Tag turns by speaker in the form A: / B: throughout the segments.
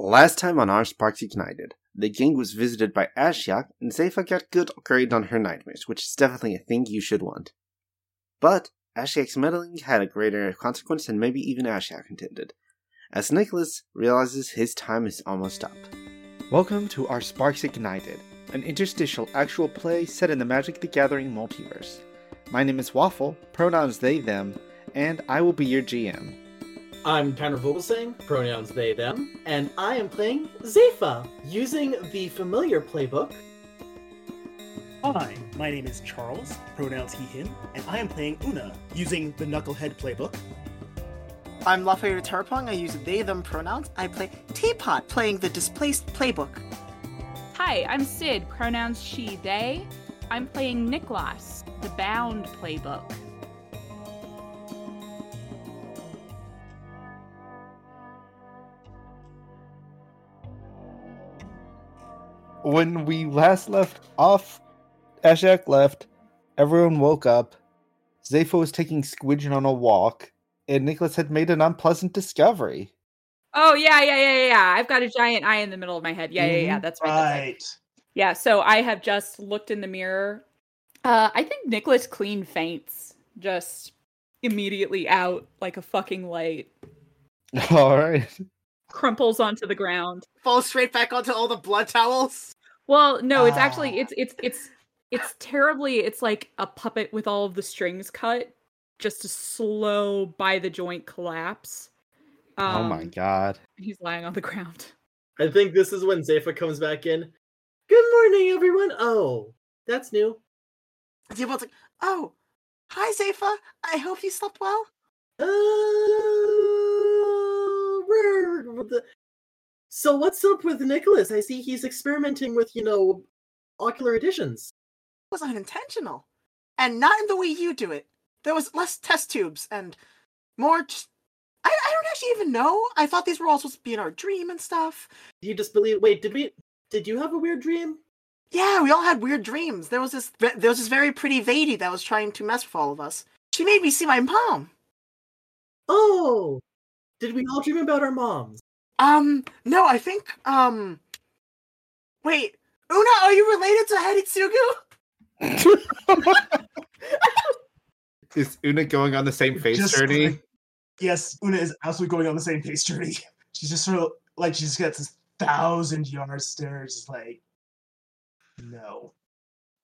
A: Last time on Our Sparks Ignited, the gang was visited by Ashiok, and Zepha got good grade on her nightmares, which is definitely a thing you should want. But Ashiok's meddling had a greater consequence than maybe even Ashiok intended, as Nicholas realizes his time is almost up. Welcome to Our Sparks Ignited, an interstitial actual play set in the Magic the Gathering multiverse. My name is Waffle, pronouns they, them, and I will be your GM.
B: I'm Tanner Vogelsang, pronouns they, them, and I am playing Zepha, using the familiar playbook.
C: Hi, my name is Charles, pronouns he, him, and I am playing Una using the Knucklehead playbook.
D: I'm Lafayette Tarpong. I use they, them pronouns. I play Teapot, playing the Displaced Playbook.
E: Hi, I'm Sid, pronouns she, they. I'm playing Niklas, the Bound playbook.
F: when we last left off, Ashak left. Everyone woke up. Zepho was taking Squidgen on a walk, and Nicholas had made an unpleasant discovery.
E: Oh yeah, yeah, yeah, yeah, yeah. I've got a giant eye in the middle of my head. Yeah, yeah, yeah. That's right. That's right. Yeah. So I have just looked in the mirror. Uh, I think Nicholas clean faints just immediately out like a fucking light,
F: All right.
E: crumples onto the ground.
D: Fall straight back onto all the blood towels.
E: Well, no, it's
C: Ah.
E: actually it's it's it's it's terribly it's like a puppet with all of the strings cut, just a slow by the joint collapse.
F: oh my
E: Um,
F: god.
E: He's lying on the ground.
B: I think this is when Zepha comes back in. Good morning, everyone. Oh, that's new.
D: Teapot's like, oh, hi, Zephyr. I hope you slept well.
B: Uh, we're- we're the- so what's up with Nicholas? I see he's experimenting with, you know, ocular additions.
D: It was unintentional. And not in the way you do it. There was less test tubes and more just. I, I don't actually even know. I thought these were all supposed to be in our dream and stuff.
B: Do you just believe? Wait, did we? Did you have a weird dream?
D: Yeah, we all had weird dreams. There was this ve- there was this very pretty lady that was trying to mess with all of us. She made me see my mom.
B: Oh, did we all dream about our moms?
D: Um, no, I think um wait, Una, are you related to Hidetsugu?
F: Is Una going on the same face
C: Just
F: journey?
C: like- Yes, Una is absolutely going on the same face journey. She's just sort of like she just gets this thousand yard stare, just like no,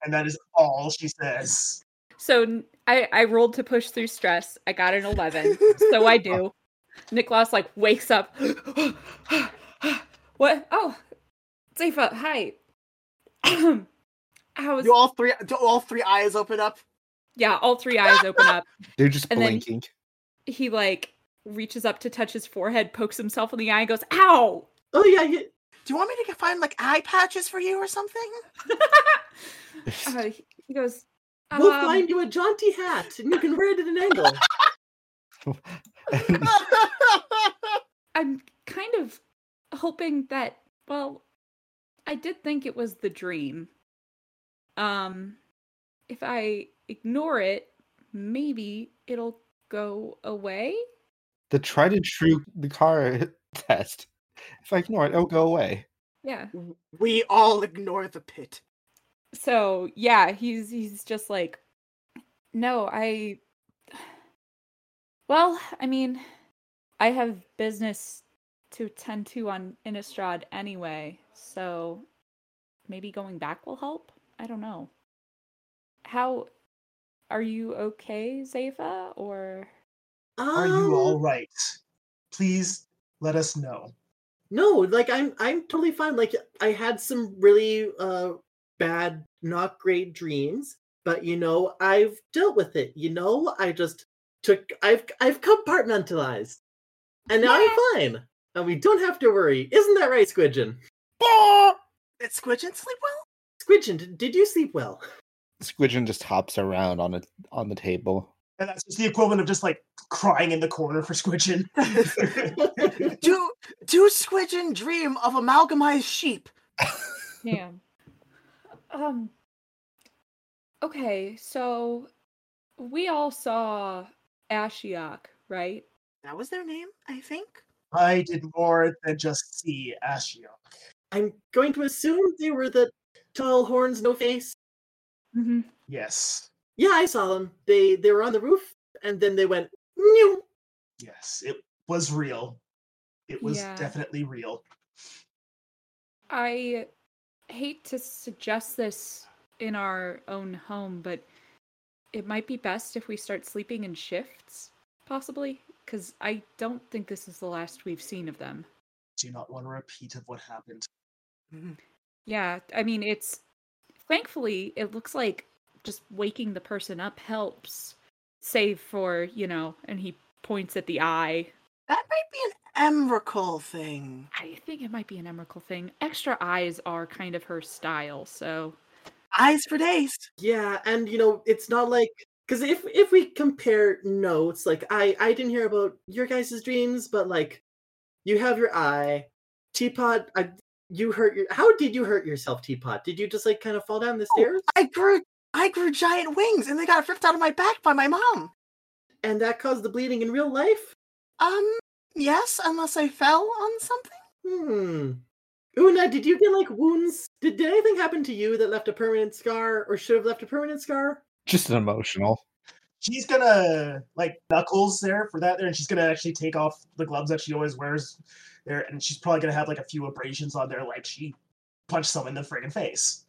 C: and that is all she says.
E: So n- I, I rolled to push through stress. I got an 11. so I do. Nicholas like wakes up. what? Oh, Zepha, hi. How is?
D: Do all three do all three eyes open up?
E: Yeah, all three eyes open up.
F: They're just
E: And then-
F: blinking.
E: He like reaches up to touch his forehead, pokes himself in the eye, and goes, "Ow!"
B: Oh yeah, yeah.
D: Do you want me to get- find like eye patches for you or something?
E: Uh, he- he goes,
B: We'll
E: "Um,
B: find you a jaunty hat, and you can wear it at an angle.
F: And
E: I'm kind of hoping that well I did think it was the dream. Um if I ignore it, maybe it'll go away.
F: the tried and true the car test. If I ignore it, it'll go away.
E: Yeah.
D: we all ignore the pit.
E: So, yeah, he's he's just like no, I Well, I mean, I have business to attend to on Innistrad anyway, so maybe going back will help. I don't know. How are you okay, Zeva? Or
C: Are you all
B: Um,
C: right? Please let us know.
B: No, like I'm I'm totally fine. Like I had some really uh bad, not great dreams, but you know, I've dealt with it. You know, I just took I've I've compartmentalized. And now I'm fine. And we don't have to worry. Isn't that right, Squidgen?
D: Did Squidgen sleep well?
B: Squidgen, d- did you sleep well?
F: Squidgen just hops around on a on the table.
C: And that's just the equivalent of just like crying in the corner for Squidgen.
D: Do do Squidgen dream of amalgamized sheep?
E: yeah. Um Okay, so we all saw Ashiok, right?
D: That was their name, I think.
C: I did more than just see Ashiok.
B: I'm going to assume they were the tall horns, no face.
E: Mm-hmm.
C: Yes,
B: Yeah, I saw them. They they were on the roof, and then they went. New.
C: yes, it was real. It was
E: Yeah.
C: definitely real.
E: I hate to suggest this in our own home, but it might be best if we start sleeping in shifts, possibly, because I don't think this is the last we've seen of them.
C: Do not want a repeat of what happened.
E: Yeah, I mean, it's thankfully, it looks like just waking the person up helps, save for, you know, and he points at the eye.
D: That might be an Emrakul thing.
E: I think it might be an Emrakul thing. Extra eyes are kind of her style, so
D: Eyes for days.
B: Yeah, and you know it's not like because if if we compare notes, like I I didn't hear about your guys' dreams, but like you have your eye, teapot. I you hurt your. How did you hurt yourself, teapot? Did you just like kind of fall down the
D: Oh,
B: stairs?
D: I grew I grew giant wings and they got ripped out of my back by my mom.
B: and that caused the bleeding in real life?
D: Um, yes, unless I fell on something.
B: Hmm. Una, did you get like wounds? Did, did anything happen to you that left a permanent scar or should have left a permanent scar?
F: Just an emotional.
C: She's gonna like knuckles there for that there, and she's gonna actually take off the gloves that she always wears there, and she's probably gonna have like a few abrasions on there, like she punched someone in the friggin' face.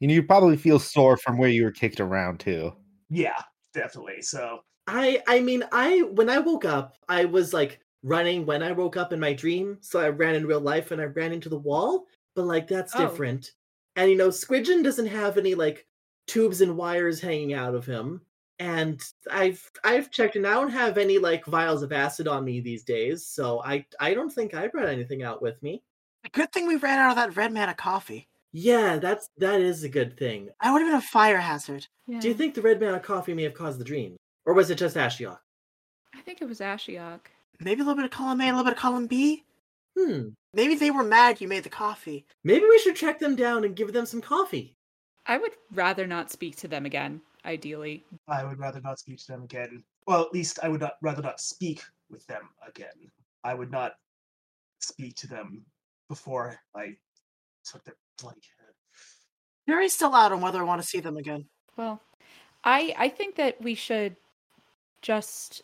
F: You know, you probably feel sore from where you were kicked around too.
C: Yeah, definitely. So
B: I I mean I when I woke up, I was like running when I woke up in my dream, so I ran in real life and I ran into the wall, but like that's
E: Oh.
B: different. And you know, Squidgen doesn't have any like tubes and wires hanging out of him. And I've I've checked and I don't have any like vials of acid on me these days, so I I don't think I brought anything out with me.
D: Good thing we ran out of that red man of coffee.
B: Yeah, that's that is a good thing.
D: I would have been a fire hazard.
E: yeah.
B: Do you think the red man of coffee may have caused the dream, or was it just Ashiok?
E: I think it was Ashiok.
D: Maybe a little bit of column A, a little bit of column B.
B: Hmm.
D: Maybe they were mad you made the coffee.
B: Maybe we should track them down and give them some coffee.
E: I would rather not speak to them again, ideally.
C: I would rather not speak to them again. Well, at least I would not rather not speak with them again. I would not speak to them before I took their bloody head.
D: Jury's still out on whether I want to see them again.
E: Well, I I think that we should just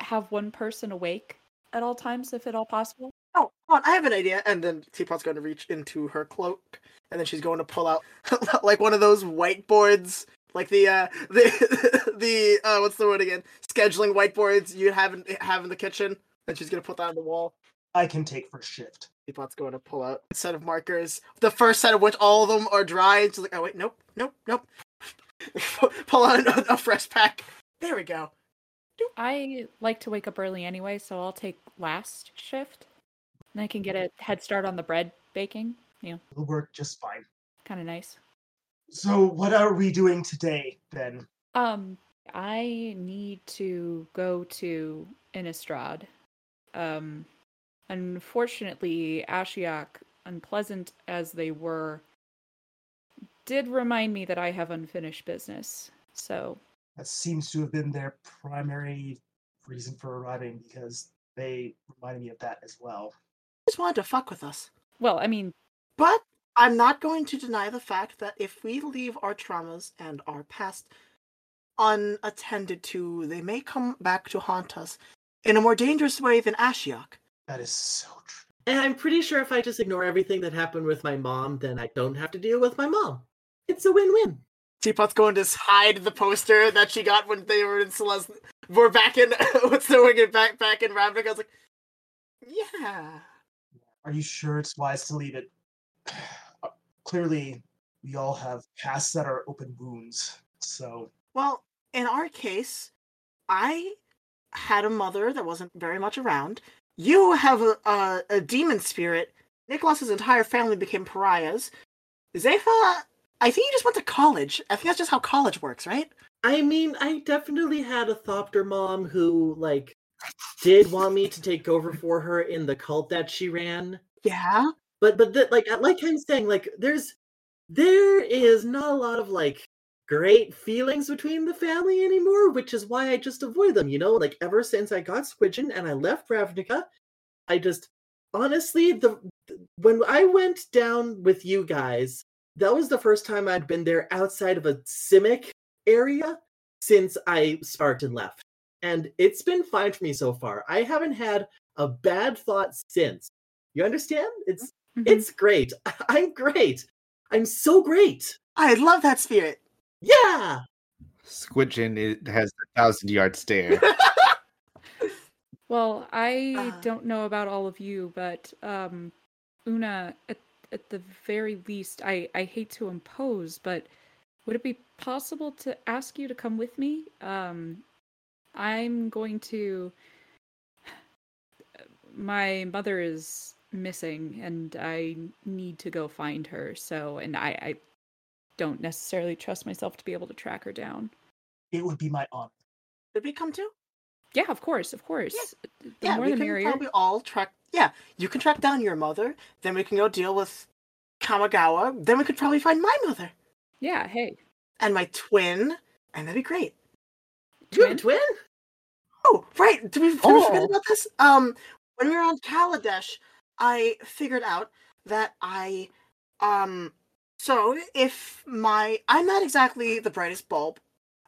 E: have one person awake at all times if at all possible.
D: Oh, hold on, I have an idea. And then Teapot's going to reach into her cloak, and then she's going to pull out like one of those whiteboards, like the uh, the the uh, what's the word again? Scheduling whiteboards you have in, have in the kitchen. And she's going to put that on the wall.
C: I can take first shift.
D: Teapot's going to pull out a set of markers. The first set of which all of them are dry. And she's like, oh wait, nope, nope, nope. pull out a, a fresh pack. There we go.
E: I like to wake up early anyway, so I'll take last shift. And I can get a head start on the bread baking. You know,
C: It'll work just fine.
E: kind of nice.
C: So what are we doing today then?
E: Um, I need to go to Innistrad. Um, unfortunately, Ashiok, unpleasant as they were, did remind me that I have unfinished business. So,
C: That seems to have been their primary reason for arriving because they reminded me of that as well.
D: Just wanted to fuck with us.
E: well, I mean,
D: But I'm not going to deny the fact that if we leave our traumas and our past unattended to, they may come back to haunt us in a more dangerous way than Ashiok.
C: That is so true.
B: And I'm pretty sure if I just ignore everything that happened with my mom, then I don't have to deal with my mom. It's a win-win.
D: Teapot's going to hide the poster that she got when they were in Celeste. We're back in. What's the word? Back back in Ravnica. I was like, yeah.
C: Are you sure it's wise to leave it? Uh, Clearly, we all have pasts that are open wounds. So
D: Well, in our case, I had a mother that wasn't very much around. You have a, a, a demon spirit. Nicholas's entire family became pariahs. Zepha, I think you just went to college. I think that's just how college works, right?
B: I mean, I definitely had a Thopter mom who, like, did want me to take over for her in the cult that she ran.
D: Yeah.
B: But, but, that like, like I'm saying, like, there's, there is not a lot of, like, great feelings between the family anymore, which is why I just avoid them, you know? Like, ever since I got Squidgen and I left Ravnica, I just honestly the when I went down with you guys, that was the first time I'd been there outside of a Simic area since I sparked and left. And it's been fine for me so far. I haven't had a bad thought since. You understand? It's
E: Mhm.
B: it's great. I'm great. I'm so great.
D: I love that spirit.
B: Yeah.
F: Squidgen it has a thousand yard stare.
E: Well, I
D: Ah.
E: don't know about all of you, but um, Una, at, at the very least, I, I hate to impose, but would it be possible to ask you to come with me? Um, I'm going to. My mother is missing, and I need to go find her. So, and I, I don't necessarily trust myself to be able to track her down.
C: It would be my honor.
D: Did we come too?
E: Yeah, of course, of course. The
D: yeah,
E: more
D: we
E: the
D: can
E: merrier.
D: probably all track. Yeah, you can track down your mother. Then we can go deal with Kamigawa. Then we could probably find my mother
E: Yeah, hey.
D: and my twin, and that'd be great.
B: Do you have a
E: twin?
B: twin?
D: Oh, right. Did we, did we forget
F: Oh.
D: about this? Um, when we were on Kaladesh, I figured out that I, um, so if my I'm not exactly the brightest bulb.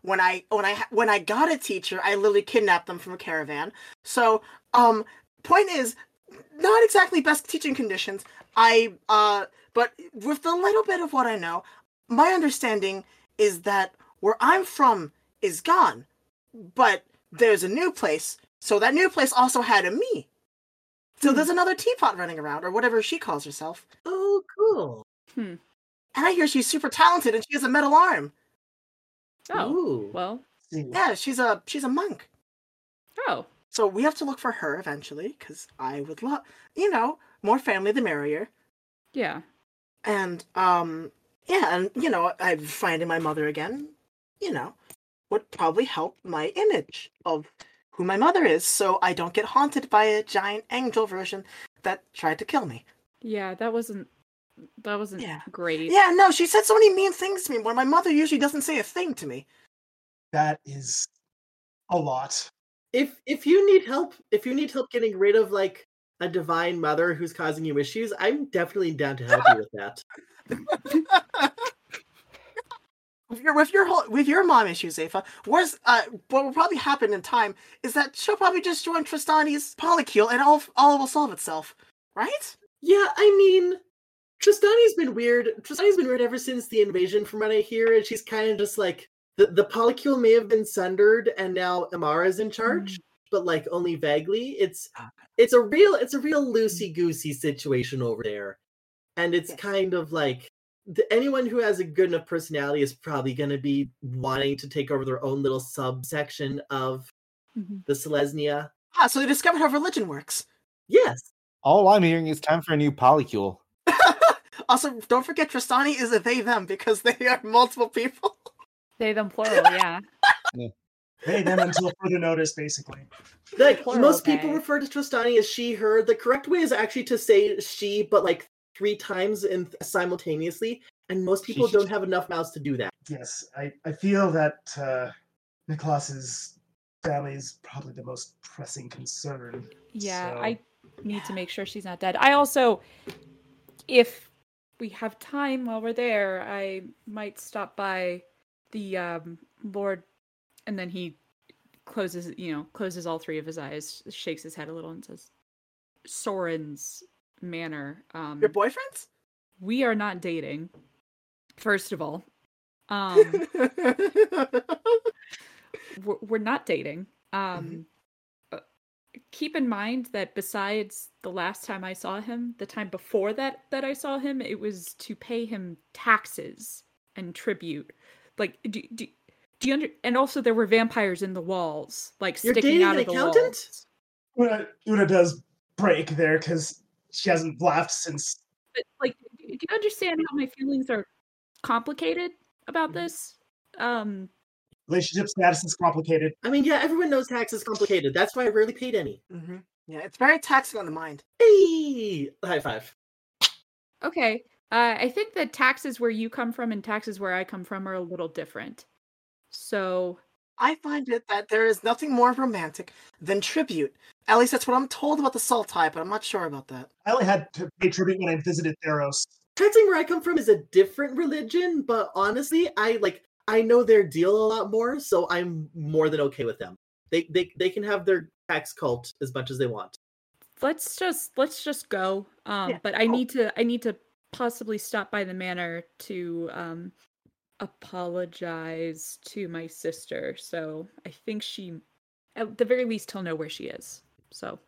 D: When I when I ha- when I got a teacher, I literally kidnapped them from a caravan. So, um, point is, not exactly best teaching conditions. I uh, but with the little bit of what I know, my understanding is that where I'm from is gone, but there's a new place. So that new place also had a me. So there's another teapot running around, or whatever she calls herself.
B: Oh, cool.
D: And I hear she's super talented and she has a metal arm.
E: Oh,
B: Ooh.
E: well,
C: See,
D: Yeah, she's a she's a monk.
E: oh.
D: So we have to look for her eventually, because I would love you know, more family the merrier.
E: Yeah.
D: And um yeah, and you know, I finding my mother again, you know, would probably help my image of who my mother is, so I don't get haunted by a giant angel version that tried to kill me.
E: Yeah, that wasn't that wasn't
D: Yeah.
E: great.
D: Yeah, no, she said so many mean things to me when my mother usually doesn't say a thing to me.
C: that is a lot.
B: If if you need help, if you need help getting rid of like a divine mother who's causing you issues, I'm definitely down to help you with that.
D: With your with your whole with your mom issues, Afa, worse uh what will probably happen in time is that she'll probably just join Tristani's polycule and all all will solve itself. Right?
B: Yeah, I mean, Tristani's been weird. Tristani's been weird ever since the invasion, from what I hear, and she's kind of just like the the polycule may have been sundered, and now Amara's in charge, but like only vaguely. It's
D: Mm. Ah.
B: it's a real it's a real loosey goosey situation over there, and it's
D: Yes.
B: kind of like th- anyone who has a good enough personality is probably going to be wanting to take over their own little subsection of
E: Mhm.
B: the Selesnia.
D: Ah, so they discovered how religion works.
B: Yes,
F: All I'm hearing is time for a new polycule.
D: Also, don't forget Tristani is a they them because they are multiple people.
E: They them plural, yeah.
C: They them until further notice, basically.
B: Like
E: Plural,
B: most people
E: okay.
B: refer to Tristani as she, her. The correct way is actually to say she, but like three times and simultaneously. And most people don't have enough mouths to do that.
C: Yes, I, I feel that uh, Nicholas's family is probably the most pressing concern.
E: Yeah,
C: So-
E: I need to make sure she's not dead. I also if we have time while we're there, I might stop by the um Lord and then he closes you know, closes all three of his eyes, shakes his head a little and says Soren's manor. Um
D: Your boyfriends?
E: we are not dating. First of all. Um we're, we're not dating.
B: Mm-hmm.
E: Um, uh, Keep in mind that besides the last time I saw him, the time before that that I saw him, it was to pay him taxes and tribute. Like, do do, do you under? And also, there were vampires in the walls, like
B: You're
E: sticking
B: dating
E: out
B: an
E: of the
B: accountant?
E: walls.
C: Una, Una does break there because she hasn't laughed since.
E: But like, do you understand how my feelings are complicated about
B: Mm-hmm.
E: this? Um,
C: Relationship status is complicated.
B: I mean, yeah, everyone knows tax is complicated. That's why I rarely paid any.
D: hmm Yeah, it's very taxing on the mind.
B: Hey! High five.
E: Okay. Uh, I think the taxes where you come from and taxes where I come from are a little different. So
D: I find it that there is nothing more romantic than tribute At least that's what I'm told about the salt type, but I'm not sure about that.
C: I only had to pay tribute when I visited Theros.
B: Texting where I come from is a different religion, but honestly, I like I know their deal a lot more, so I'm more than okay with them. They they they can have their tax cult as much as they want.
E: let's just let's just go. Um,
D: Yeah.
E: but I
D: Oh.
E: need to I need to possibly stop by the manor to um apologize to my sister. So I think she, at the very least, he'll know where she is. So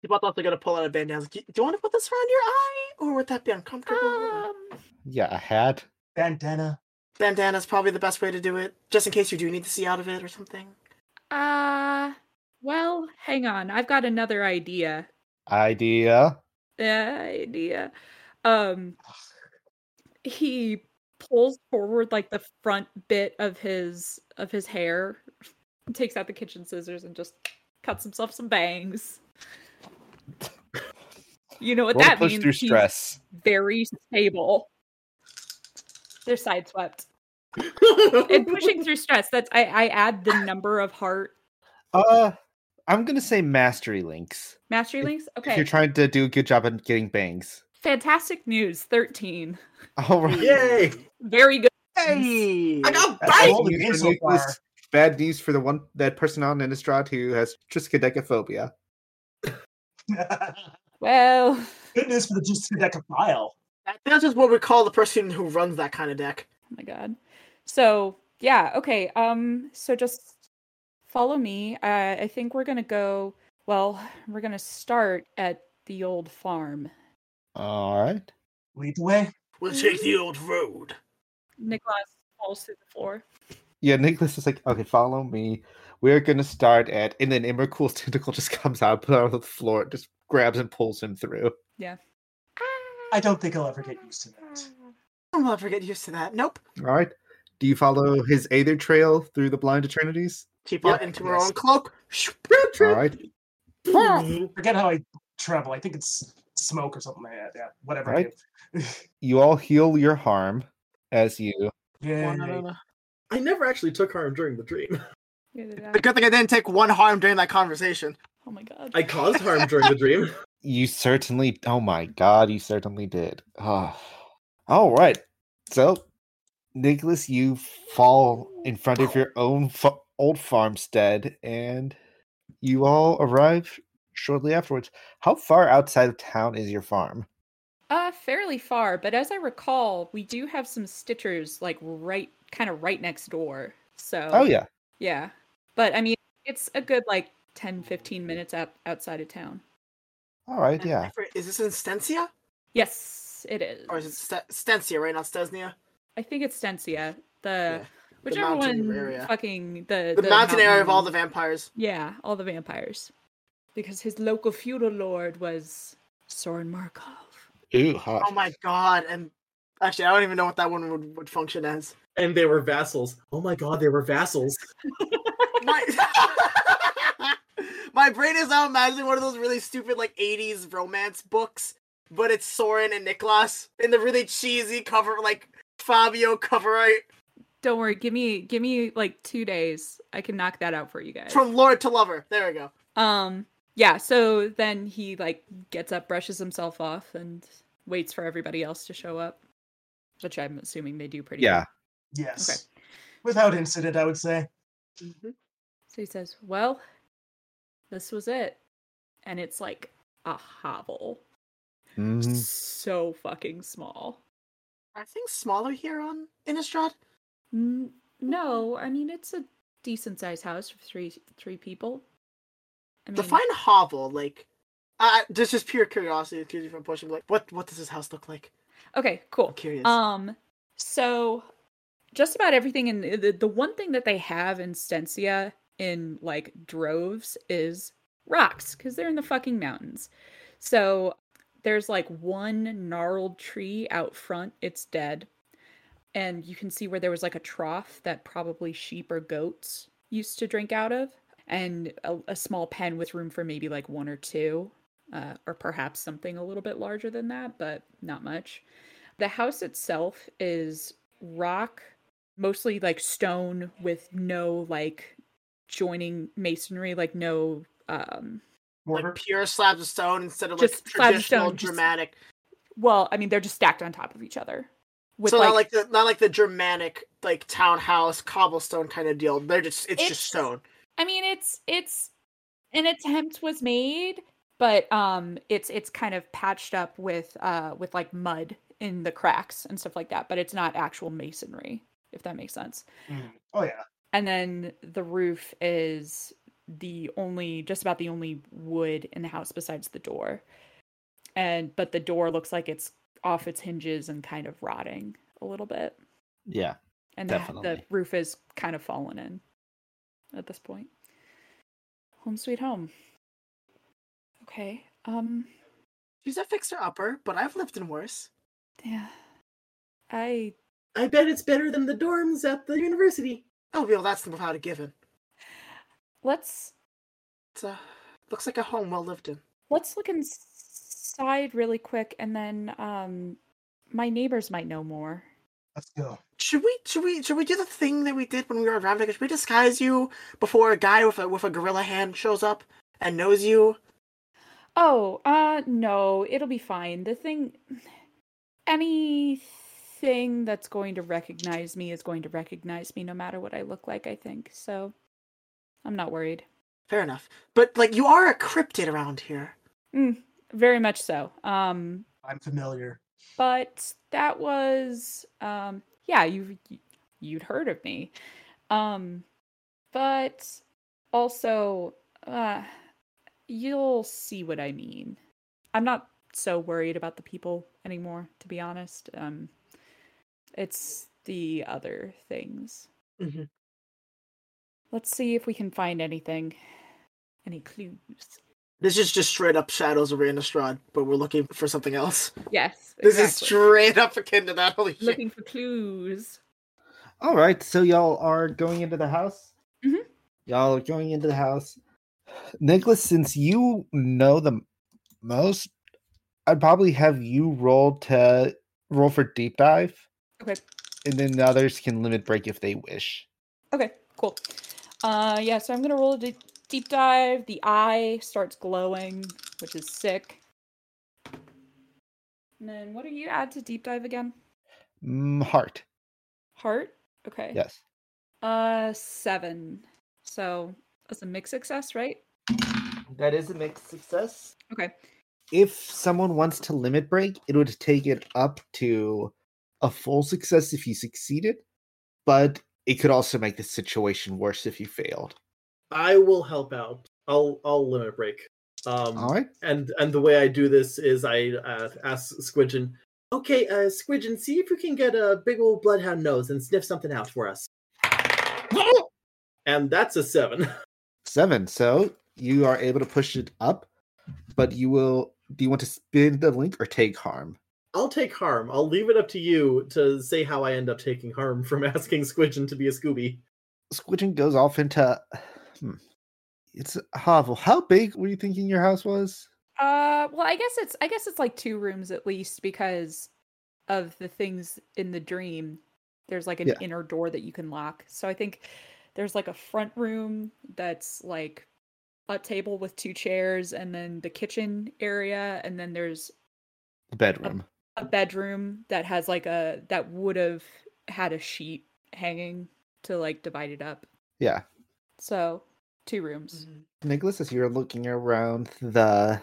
D: People thought they're gonna pull out a bandana. Like, "Do you- do you want to put this around your eye, or would that be uncomfortable?
E: um,
F: Yeah, a hat.
C: Bandana.
D: Bandana's probably the best way to do it, just in case you do need to see out of it or something.
E: uh, well, hang on. I've got another idea.
F: Idea.
E: idea. Um, he pulls forward like the front bit of his of his hair, takes out the kitchen scissors, and just cuts himself some bangs. You know what
F: Roll to
E: that
F: push
E: means?
F: through
E: He's
F: stress.
E: very stable. They're sideswept and pushing through stress. That's I, I add the number of heart
F: Uh, I'm gonna say mastery links.
E: mastery
F: If-
E: links.
F: If you're
E: Okay,
F: trying to do a good job at getting bangs.
E: fantastic news. Thirteen,
F: All right.
B: Yay!
E: very good.
D: Hey,
B: I got
C: That's
B: bite.
C: all the
F: Bad
C: game
F: news
C: so
F: for Nicholas,
C: far.
F: Bad news for the one that person on Innistrad who has triskaidekaphobia.
E: Well,
C: Good news for the just deck of file.
D: that's just what we call the person who runs that kind of deck.
E: Oh my god. So yeah, okay. Um, so just follow me. Uh, I think we're gonna go. Well, we're gonna start at the old farm.
F: All right.
C: Lead the way.
D: We'll take the old road.
E: Nicholas falls through the floor.
F: Yeah, Nicholas is like, okay, follow me. We're gonna start at, and then Emrakul's tentacle just comes out, put it on the floor, just grabs and pulls him through.
C: I don't think I'll ever get used to that.
D: I'll never get used to that. Nope.
F: All right. Do you follow his Aether trail through the blind eternities?
D: Keep
B: Yep.
D: on into her
C: Yes.
D: own cloak. Shoo.
F: All right.
B: Mm-hmm.
C: Forget how I travel. I think it's smoke or something like that. Yeah, whatever. I
F: Right.
C: do.
F: You all heal your harm as you.
C: Yeah.
B: I never actually took harm during the dream.
E: Neither did I.
D: The good thing I didn't take one harm during that conversation.
E: Oh my god.
B: I caused harm during the dream.
F: You certainly. Oh my God, you certainly did. Ah. All right. So, Nicholas, you fall in front of your own fa- old farmstead, and you all arrive shortly afterwards. How far outside of town is your farm?
E: Uh, fairly far, but as I recall, we do have some stitchers like right, kind of right next door. So
F: Oh yeah.
E: yeah. But I mean, it's a good like 10, 15 minutes out outside of town.
F: All right. Yeah.
D: Is this in Stencia?
E: Yes, it is.
D: Or is it St- Stencia, right? Not Stesnia?
E: I think it's Stencia. The
D: Yeah,
E: whichever
D: mountain
E: one
D: area.
E: fucking the,
D: The, mountain area of all the
E: mountain-
D: vampires.
E: Yeah, all the vampires. Because his local feudal lord was Soren Markov.
F: Ooh, hot.
D: Oh my god. And actually, I don't even know what that one would, would function as.
B: And they were vassals. Oh my god, they were vassals.
D: My, my brain is now imagining one of those really stupid, like, 80s romance books, but it's Soren and Niklas in the really cheesy cover, like, Fabio cover art
E: Don't worry, give me give me like two days. I can knock that out for you guys.
D: from Lord to Lover. There we go.
E: Um yeah, so then he like gets up, brushes himself off, and waits for everybody else to show up. Which I'm assuming they do pretty
F: Yeah.
C: Yes. Without incident, I would say.
E: So he says, Well, this was it. And it's like a hovel.
F: Mhm.
E: So fucking small.
D: Are things smaller here on Innistrad?
E: N- no, I mean it's a decent sized house for three three people. I mean,
D: Define hovel, like, uh, this is pure curiosity. Excuse me for pushing. Like, what what does this house look like?
E: okay, cool.
D: I'm curious.
E: Um, so just about everything in the the one thing that they have in Stencia in like droves is rocks because they're in the fucking mountains. So there's like one gnarled tree out front. It's dead, and you can see where there was like a trough that probably sheep or goats used to drink out of, and a, a small pen with room for maybe like one or two, uh, or perhaps something a little bit larger than that, but not much. The house itself is rock, mostly like stone with no like joining masonry, like no um
C: Mortar?
D: like pure slabs of stone instead of
E: Just
D: like
E: slabs of
D: traditional
E: stone, just-
D: dramatic.
E: well, I mean they're just stacked on top of each other. With
D: so
E: like,
D: not like the not like the Germanic like townhouse cobblestone kind of deal. They're just it's,
E: It's-
D: just stone.
E: I mean it's it's an attempt was made, but um it's it's kind of patched up with uh with like mud in the cracks and stuff like that, but it's not actual masonry, if that makes sense.
C: Mm. Oh yeah.
E: And then the roof is the only, just about the only wood in the house besides the door. And, but the door looks like it's off its hinges and kind of rotting a little bit.
F: Yeah.
E: And the, the
F: Definitely.
E: roof is kind of fallen in at this point. Home sweet home. Okay. Um,
D: She's a fixer upper, but I've lived in worse.
E: yeah. I,
B: I bet it's better than the dorms at the university.
D: Oh, well, that's without a given.
E: let's,
D: It's a, looks like a home well lived in.
E: let's look inside really quick and then, um, my neighbors might know more.
C: Let's go.
D: Should we should we should we do the thing that we did when we were around? Should we disguise you before a guy with a with a gorilla hand shows up and knows you?
E: Oh, uh, no, it'll be fine. The thing, anything that's going to recognize me is going to recognize me no matter what I look like, I think. So I'm not worried.
D: Fair enough. But like you are a cryptid around here.
E: Mm, very much so. Um,
C: I'm familiar.
E: but that was, um, yeah, you, you- you'd heard of me. Um, but also, uh, you'll see what I mean. I'm not so worried about the people anymore, to be honest. Um, it's the other things.
D: Mm-hmm.
B: Mhm.
E: Let's see if we can find anything, any clues.
D: This is just straight up shadows of Innistrad, but we're looking for something else.
E: Yes,
D: This is straight up akin to that. Holy shit.
E: Looking for clues.
F: All right, so y'all are going into the house.
E: Mhm.
F: Y'all are going into the house. Nicholas, since you know the m- most, I'd probably have you roll to roll for deep dive,
E: Okay.
F: and then the others can limit break if they wish.
E: Okay, cool. Uh, yeah, so I'm gonna roll a de- deep dive. The eye starts glowing, which is sick. And then what do you add to deep dive again?
F: Mm, heart,
E: Heart. Okay.
F: yes.
E: Uh, seven. So that's a mixed success, right?
F: That is a mixed success.
E: Okay.
F: If someone wants to limit break, it would take it up to a full success if you succeeded, but it could also make the situation worse if you failed.
B: I will help out. I'll I'll limit break. Um,
F: All right.
B: and and the way I do this is I uh, ask Squidgen, okay, uh, Squidgen, see if you can get a big old bloodhound nose and sniff something out for us. And that's a seven.
F: Seven. So you are able to push it up, but you will. Do you want to spin the link or take harm?
B: I'll take harm. I'll leave it up to you to say how I end up taking harm from asking Squidgen to be a Scooby.
F: Squidgen goes off into. Hmm. It's Havel. How big were you thinking your house was?
E: Uh, well, I guess it's I guess it's like two rooms at least because of the things in the dream. There's like an
F: Yeah.
E: inner door that you can lock. So I think there's like a front room that's like a table with two chairs and then the kitchen area and then there's
F: The bedroom.
E: a bedroom that has like a that would have had a sheet hanging to like divide it up.
F: Yeah.
E: So two rooms.
F: Nicholas, as you're looking around the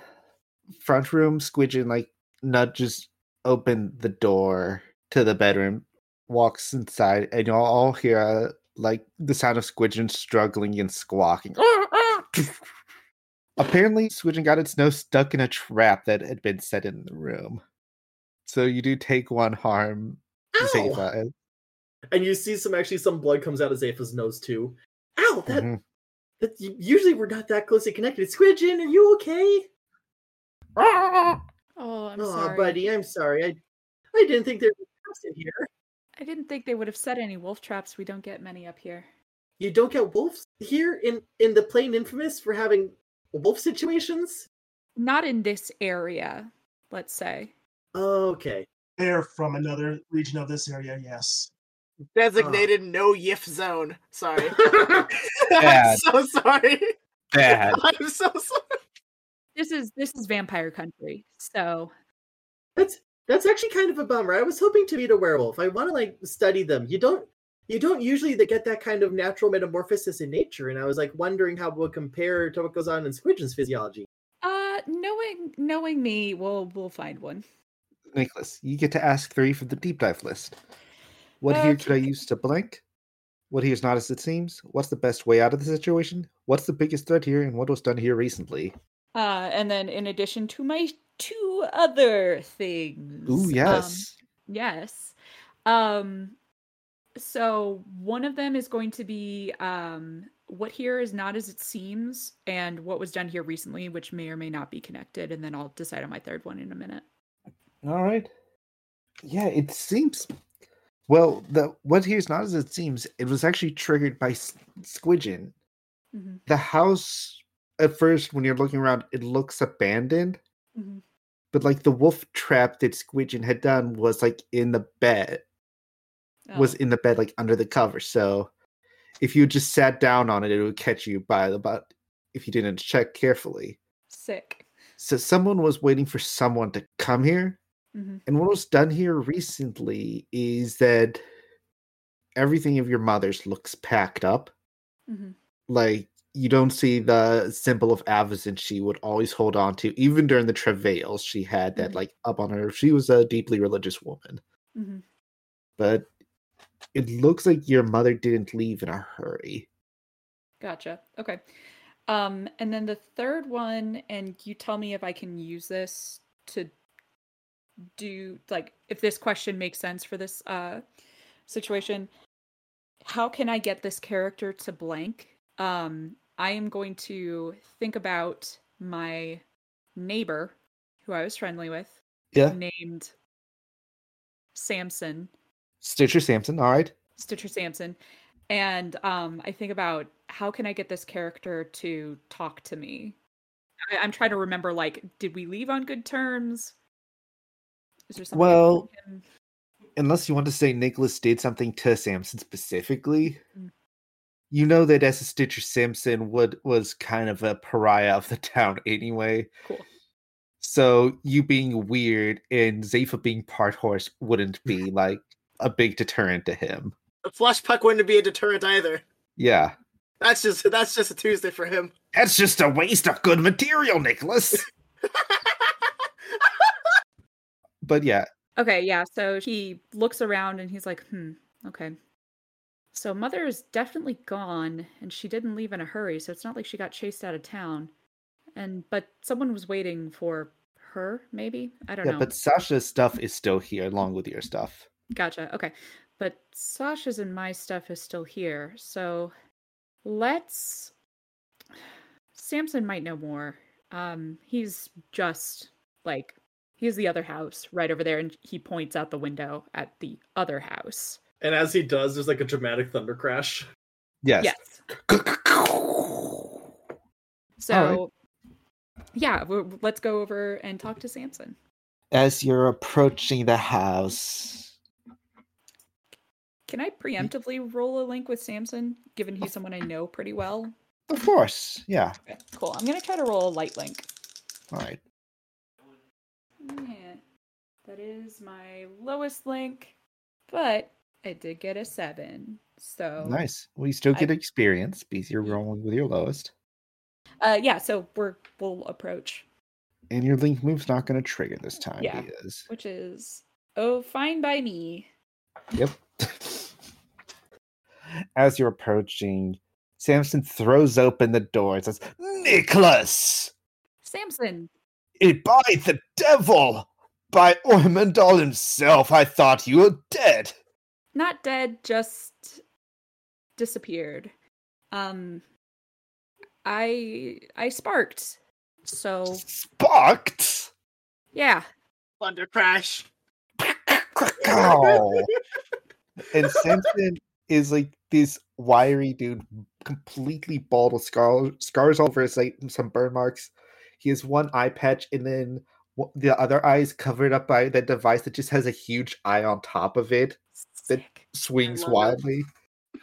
F: front room, Squidgen like nudges open the door to the bedroom, walks inside, and y'all all hear uh, like the sound of Squidgen struggling and squawking. Apparently, Squidgen got its nose stuck in a trap that had been set in the room. So you do take one harm,
B: Ow!
F: Zephyr.
B: And you see some actually some blood comes out of Zepha's nose too. Ow! That,
F: Mhm.
B: that usually we're not that closely connected. Squidgen, are you okay?
E: Oh, I'm
B: Aw,
E: sorry.
B: buddy, I'm sorry. I I didn't think there'd be wolves in here.
E: I didn't think they would have set any wolf traps. We don't get many up here.
B: You don't get wolves here in in the plane infamous for having wolf situations.
E: Not in this area, let's say.
B: Okay,
C: They're from another region of this area. Yes.
D: Designated no yif zone. Sorry.
B: I
D: I'm
F: Bad.
D: so sorry.
F: bad.
D: I'm so sorry.
E: This is this is vampire country. So
B: That's that's actually kind of a bummer. I was hoping to meet a werewolf. I want to like study them. You don't you don't usually th- get that kind of natural metamorphosis in nature, and I was like wondering how it would compare to what goes on in Squidgeon's physiology.
E: uh knowing knowing me, we'll we'll find one.
F: Nicholas, you get to ask three from the deep dive list. What here could I
E: Okay.
F: use to blank? What here is not as it seems? What's the best way out of the situation? What's the biggest threat here? And what was done here recently?
E: Uh and then in addition to my two other things.
F: Ooh,
E: um,
F: yes.
E: Yes. Um so one of them is going to be um what here is not as it seems and what was done here recently which may or may not be connected and then I'll decide on my third one in a minute.
F: All right. Yeah, it seems. Well, the what here is not as it seems. It was actually triggered by S- Squidgen.
E: Mm-hmm.
F: The house at first, when you're looking around, it looks abandoned.
E: Mhm.
F: But like the wolf trap that Squidgen had done was like in the bed, was
E: Oh. Um,
F: in the bed like under the cover. So if you just sat down on it, it would catch you by the butt if you didn't check carefully.
E: sick.
F: So someone was waiting for someone to come here.
E: hmm
F: And what was done here recently is that everything of your mother's looks packed up.
E: hmm
F: Like you don't see the symbol of Avison she would always hold on to, even during the travails she had that
E: Mhm.
F: like up on her. She was a deeply religious woman,
E: hmm
F: but it looks like your mother didn't leave in a hurry.
E: Gotcha. Okay. Um, and then the third one, and you tell me if I can use this to do like if this question makes sense for this uh situation. How can I get this character to blank? Um, I am going to think about my neighbor who I was friendly with,
F: Yeah,
E: named Samson.
F: Stitcher Sampson. All right.
E: Stitcher Sampson. And um, I think about how can I get this character to talk to me? I, I'm trying to remember like, did we leave on good terms? Is there something I can
F: Well,
E: give him?
F: unless you want to say Nicholas did something to Samson specifically,
E: Mm.
F: you know that as a Stitcher Samson would was kind of a pariah of the town anyway.
E: cool.
F: So you being weird and Zephyr being part horse wouldn't be like a big deterrent to him.
D: The flush puck wouldn't be a deterrent either.
F: Yeah.
D: That's just that's just a Tuesday for him.
F: That's just a waste of good material, Nicholas. but yeah,
E: Okay, yeah. So he looks around and he's like, hmm, okay. So mother is definitely gone and she didn't leave in a hurry, so it's not like she got chased out of town. And but someone was waiting for her, maybe? I don't
F: yeah,
E: know.
F: but Sasha's stuff is still here along with your stuff.
E: Gotcha. Okay. But Sasha's and my stuff is still here. So let's. Samson might know more. Um, he's just like he's the other house right over there, and he points out the window at the other house.
B: And as he does, there's like a dramatic thunder crash.
F: Yes.
E: Yes. So, yeah, we let's go over and talk to Samson.
F: As you're approaching the house,
E: Can I preemptively roll a link with Samson, given he's someone I know pretty well?
F: of course, yeah.
E: Okay, cool. I'm gonna try to roll a light link.
F: All right.
E: Yeah, that is my lowest link, but I did get a seven. So
F: Nice. Well, you still
E: I-
F: get experience because you're rolling with your lowest,
E: Uh, yeah, so we're we'll approach,
F: and your link move's not going to trigger this time.
E: Yeah.
F: Because...
E: which is oh fine by me.
F: Yep. As you're approaching, Samson throws open the door and says, Nicholas!
E: Samson,
F: It by the devil! By Ormondal himself, I thought you were dead!
E: not dead, just disappeared. Um, I I sparked. So
F: Sparked!
E: yeah,
D: Thunder crash.
F: Ow. and Samson is like this wiry dude, completely bald with scar- scars all over his like some burn marks. He has one eye patch, and then wh- the other eye is covered up by that device that just has a huge eye on top of it, That-
E: sick.
F: swings
D: love it.
F: wildly.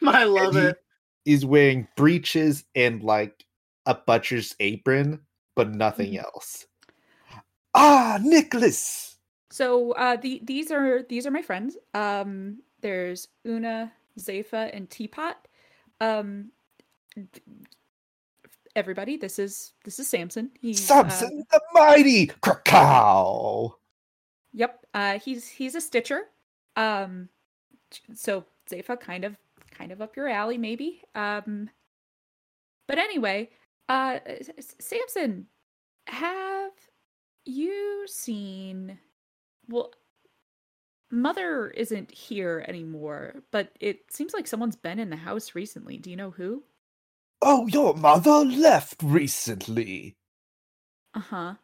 D: I love
F: he-
D: it.
F: Is wearing breeches and like a butcher's apron, but nothing
D: Mm-hmm.
F: else. Ah, Nicholas!
E: So uh, the these are these are my friends. Um, there's Una, Zepha, and Teapot. Um, d- everybody, this is this is Samson. He's uh,
F: Samson the Mighty! Krakow!
E: Yep. Uh, he's he's a stitcher. Um, so Zepha kind of kind of up your alley, maybe. Um, but anyway, uh, S- S- Samson, have you seen? Well, Mother isn't here anymore, but it seems like someone's been in the house recently. Do you know who?
F: Oh, your mother left recently.
E: Uh huh.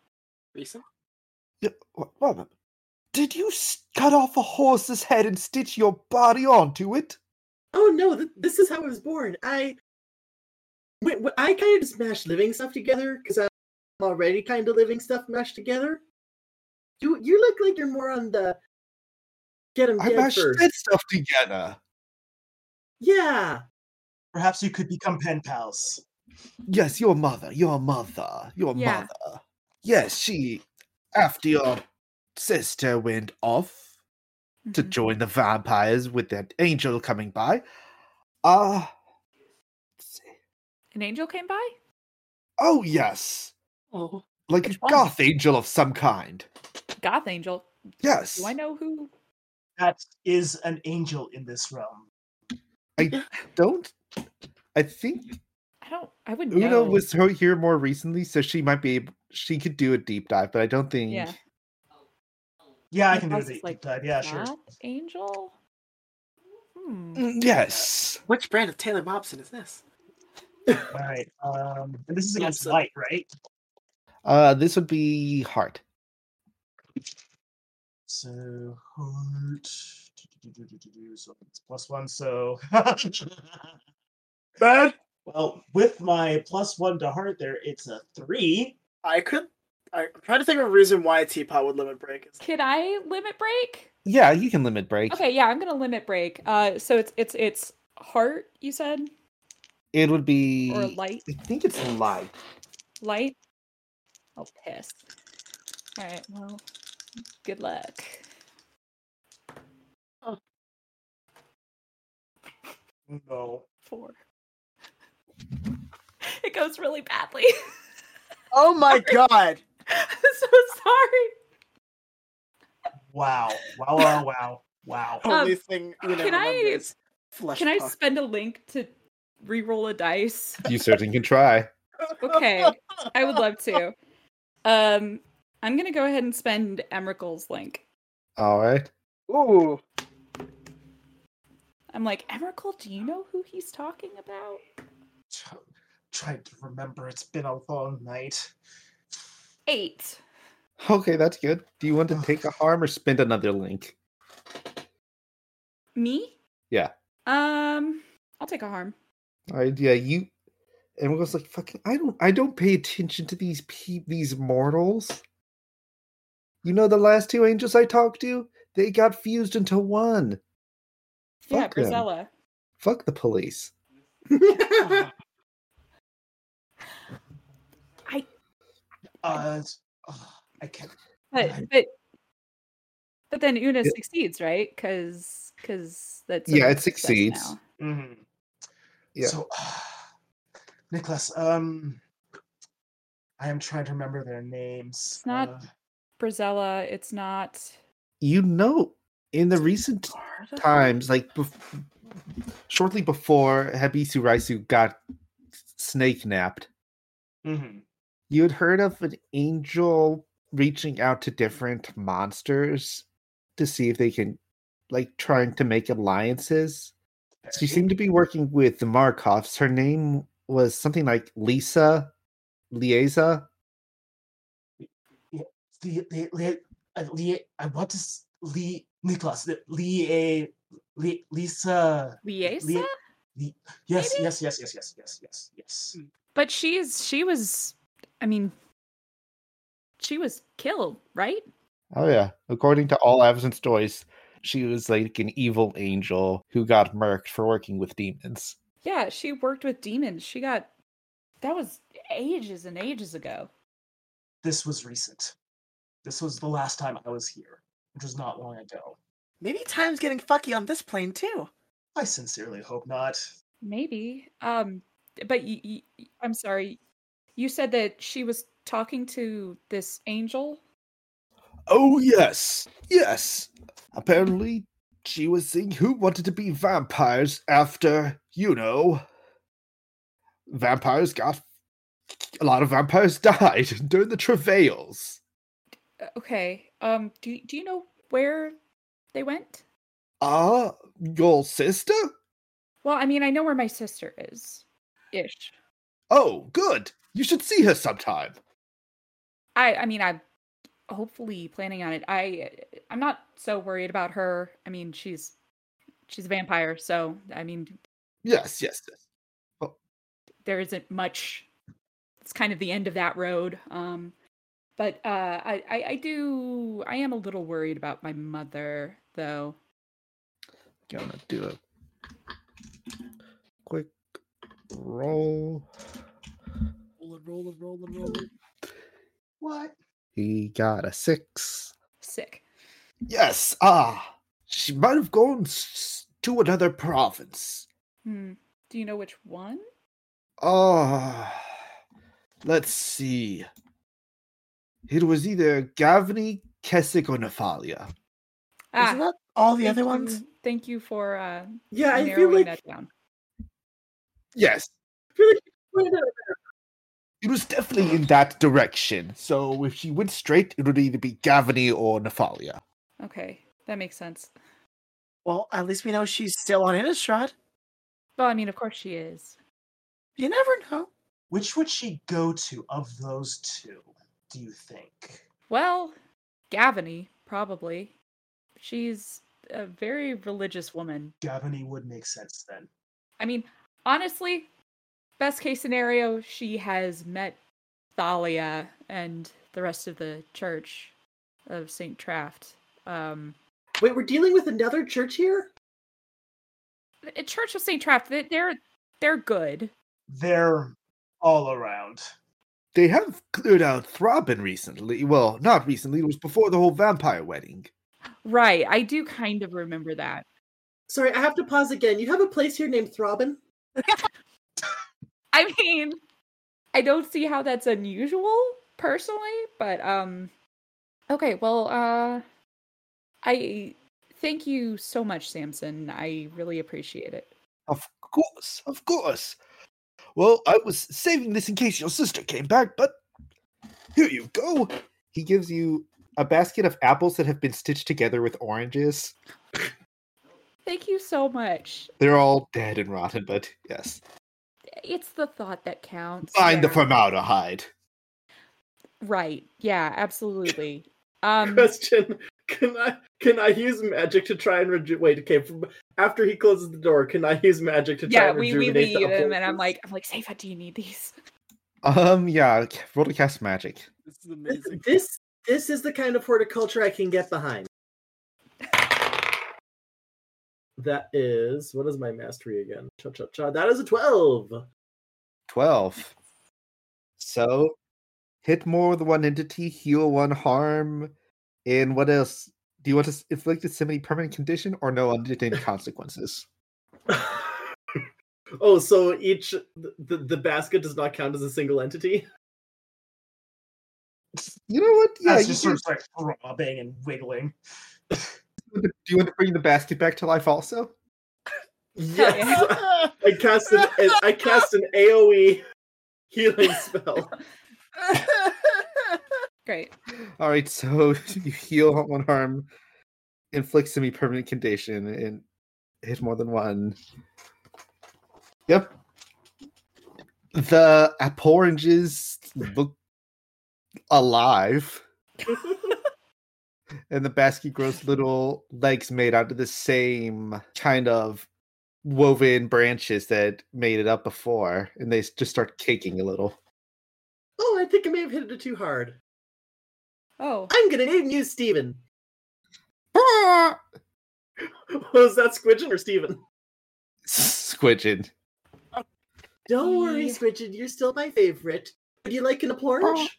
G: Recent?
F: Y- wh- what? Did you s- cut off a horse's head and stitch your body onto it?
B: Oh no, th- this is how I was born. I Wait, wh- I kind of just mash living stuff together because I'm already kind of living stuff mashed together. You you look like you're more on the get him
F: I
B: dead
F: mashed
B: first.
F: that stuff together.
B: Yeah,
C: Perhaps you could become pen pals.
F: Yes, your mother, your mother, your
E: Yeah.
F: mother. Yes, she, after your sister went off to
E: Mhm.
F: join the vampires with that angel coming by, uh,
E: An angel came by.
F: oh yes,
G: Oh.
F: like
E: Which
F: a
E: one?
F: goth angel of some kind.
E: Goth angel.
F: Yes,
E: Do I know who?
C: That is an angel in this realm.
F: don't. I think
E: I don't. I wouldn't
F: Una
E: know.
F: was her here more recently, so she might be able, she could do a deep dive, but I don't think.
E: Yeah.
C: Yeah, I
E: Yeah,
C: can do
E: ours
C: a
E: is
C: deep
E: like
C: dive. Yeah, sure.
E: Goth angel. Hmm.
F: Mm, Yes.
G: Which brand of Taylor Momsen is this?
C: All right. Um, and this is
G: Yeah,
C: against
G: so-
C: light, right?
F: Uh, this would be hard.
C: So hurt. So it's plus one. So
G: Man,
C: well, with my plus one to heart, there it's a three.
G: I could. I- I'm trying to think of a reason why a teapot would limit break. It's-
E: Can I limit break?
F: Yeah, you can limit break.
E: Okay, yeah, I'm gonna limit break. Uh, so it's it's it's heart. You said
F: It would be.
E: or light
F: I think it's light.
E: light. Oh piss! All right, well, good luck.
G: Oh.
C: No.
E: Four. It goes really badly.
G: Oh my god!
E: I'm so sorry.
C: Wow. Wow. Wow. Wow. Wow.
G: Only thing you know.
E: Um, can I-
G: remembers, Flesh
E: Can I
G: puck.
E: spend a link to re-roll a dice?
F: You certainly can try.
E: Okay, I would love to. Um, I'm gonna go ahead and spend Emrakul's link.
F: All right.
G: Ooh.
E: I'm like, Emrakul, do you know who he's talking about?
C: Tr- Tried to remember. It's been a long night.
E: Eight.
F: Okay, that's good. Do you want to take a harm or spend another link?
E: Me?
F: Yeah.
E: Um, I'll take a harm.
F: I yeah, you. And was like, "Fucking, I don't, I don't pay attention to these pe- these mortals." You know, the last two angels I talked to, they got fused into one.
E: Yeah,
F: Fuck them.
E: Grisella.
F: Fuck the police.
E: Ah,
C: Uh, it's- ugh, I can't.
E: But
C: Right.
E: but but then Una
F: It-
E: succeeds, right? Because because that's a
F: Yeah, it
E: success
F: succeeds.
E: now.
C: hmm
F: Yeah.
C: So, Nicholas, um, I am trying to remember their names.
E: It's not-
C: uh,
E: Brizella, it's not.
F: You know, in the recent times, like bef- shortly before Habisu Raisu got snake napped,
C: mhm.
F: you had heard of an angel reaching out to different monsters to see if they can, like, trying to make alliances. She
C: Okay.
F: seemed to be working with the Markovs. Her name was something like Lisa, Liesa.
C: the, the, the, uh, Lee- I want to s- Lee Nicholas the- Lee a Lee, Lisa.
E: Liesa?
C: Lee- Yes,
E: Maybe? Hmm.
C: yes, yes, yes, yes, yes, yes, yes.
E: But she's she was I mean she was killed, right?
F: Oh yeah, according to all Avison stories, she was like an evil angel who got murked for working with demons.
E: Yeah, she worked with demons. She got That was ages and ages ago.
C: This was recent. This was the last time I was here, which was not long ago.
D: Maybe time's getting fucky on this plane too.
C: I sincerely hope not.
E: Maybe. Um, but y- y- y- I'm sorry. You said that she was talking to this angel.
F: Oh, yes. Yes. Apparently, she was seeing who wanted to be vampires after, you know, vampires got. A lot of vampires died during the travails.
E: Uh, Okay. Um. Do Do you know where they went?
F: Ah, your sister?
E: Well, I mean, I know where my sister is. Ish.
F: Oh, good. You should see her sometime.
E: I I mean, I'm hopefully planning on it. I I'm not so worried about her. I mean, she's she's a vampire, so I mean,
F: Yes, yes, yes.
E: there isn't much it's kind of the end of that road um but uh I, I i do i am a little worried about my mother though
F: Gonna do a quick roll.
G: Roll and roll and roll and roll. and-
C: What?
F: He got a six.
E: sick
F: Yes, ah, she might have gone s- to another province.
E: hmm. do you know which one
F: Ah, let's see. It was either Gavni, Keswick, or Nephalia. Ah.
D: Isn't that all Ah, the other ones?
E: you- thank you for uh
B: Yeah, I feel
E: narrowing
B: like, I
E: that down
F: Yes,
B: feel like you pointed out-
F: it was definitely in that direction. So if she went straight, it would either be Gavni or Nephalia.
E: okay that makes sense
D: Well, at least we know she's still on Innistrad.
E: well i mean of course she is
D: You never know.
C: Which would she go to of those two, do you think?
E: well gavany probably she's a very religious woman
C: Gavany E would make sense then.
E: I mean, honestly, best case scenario, she has met Thalia and the rest of the church of St. Traft. Um,
B: Wait, we're dealing with another church here?
E: the Church of St. Traft, they- they're they're good.
C: They're all around.
F: They have cleared out Throbbin recently. Well, not recently, it was before the whole vampire wedding.
E: Right, I do kind of remember that.
B: Sorry, I have to pause again. You have a place here named Throbbin?
E: I mean, I don't see how that's unusual personally, but um okay, well, uh I thank you so much, Samson. I really appreciate it.
F: Of course, of course. Well, I was saving this in case your sister came back, but here you go. He gives you a basket of apples that have been stitched together with oranges.
E: Thank you so much.
F: They're all dead and rotten, but yes.
E: It's the thought that counts.
F: Find the
E: yeah.
F: formaldehyde.
E: Right. Yeah, absolutely. Um
B: Question: Can I can I use magic to try and reju- wait? Okay, from, after he closes the door, can I use magic to try
E: yeah,
B: and
E: we, we
B: rejuvenate the
E: leave him and I'm
B: upholsters?
E: like I'm like, Seifa, do you need these?
F: Um, yeah, c- roll to cast magic.
G: This is amazing.
B: this this is the kind of horticulture I can get behind. That is what is my mastery again? Cha cha cha. That is a twelve.
F: 12. So, hit more than one entity, heal one harm, and what else? Do you want to s- inflict its semi permanent condition or no unintended consequences?
B: oh, so each the, the the basket does not count as a single entity.
F: You know what? Yeah,
C: That's
F: you
C: just
F: can-
C: sort of like throbbing and wiggling.
F: Do you want to bring the basket back to life also?
B: Yes, I cast an I cast an AOE healing spell.
E: Great.
F: All right, so you heal on one harm, inflict semi permanent condition, and hit more than one. Yep. The abhorranges look alive, and the basket grows little legs made out of the same kind of woven branches that made it up before, and they s- just start caking a little.
B: oh, I think I may have hit it too hard.
E: Oh.
B: I'm gonna name you Steven. Was that Squidgen or Steven?
F: Squidging.
B: Don't worry,
E: Yeah.
B: Squidgen, you're still my favorite. Would you like an porridge?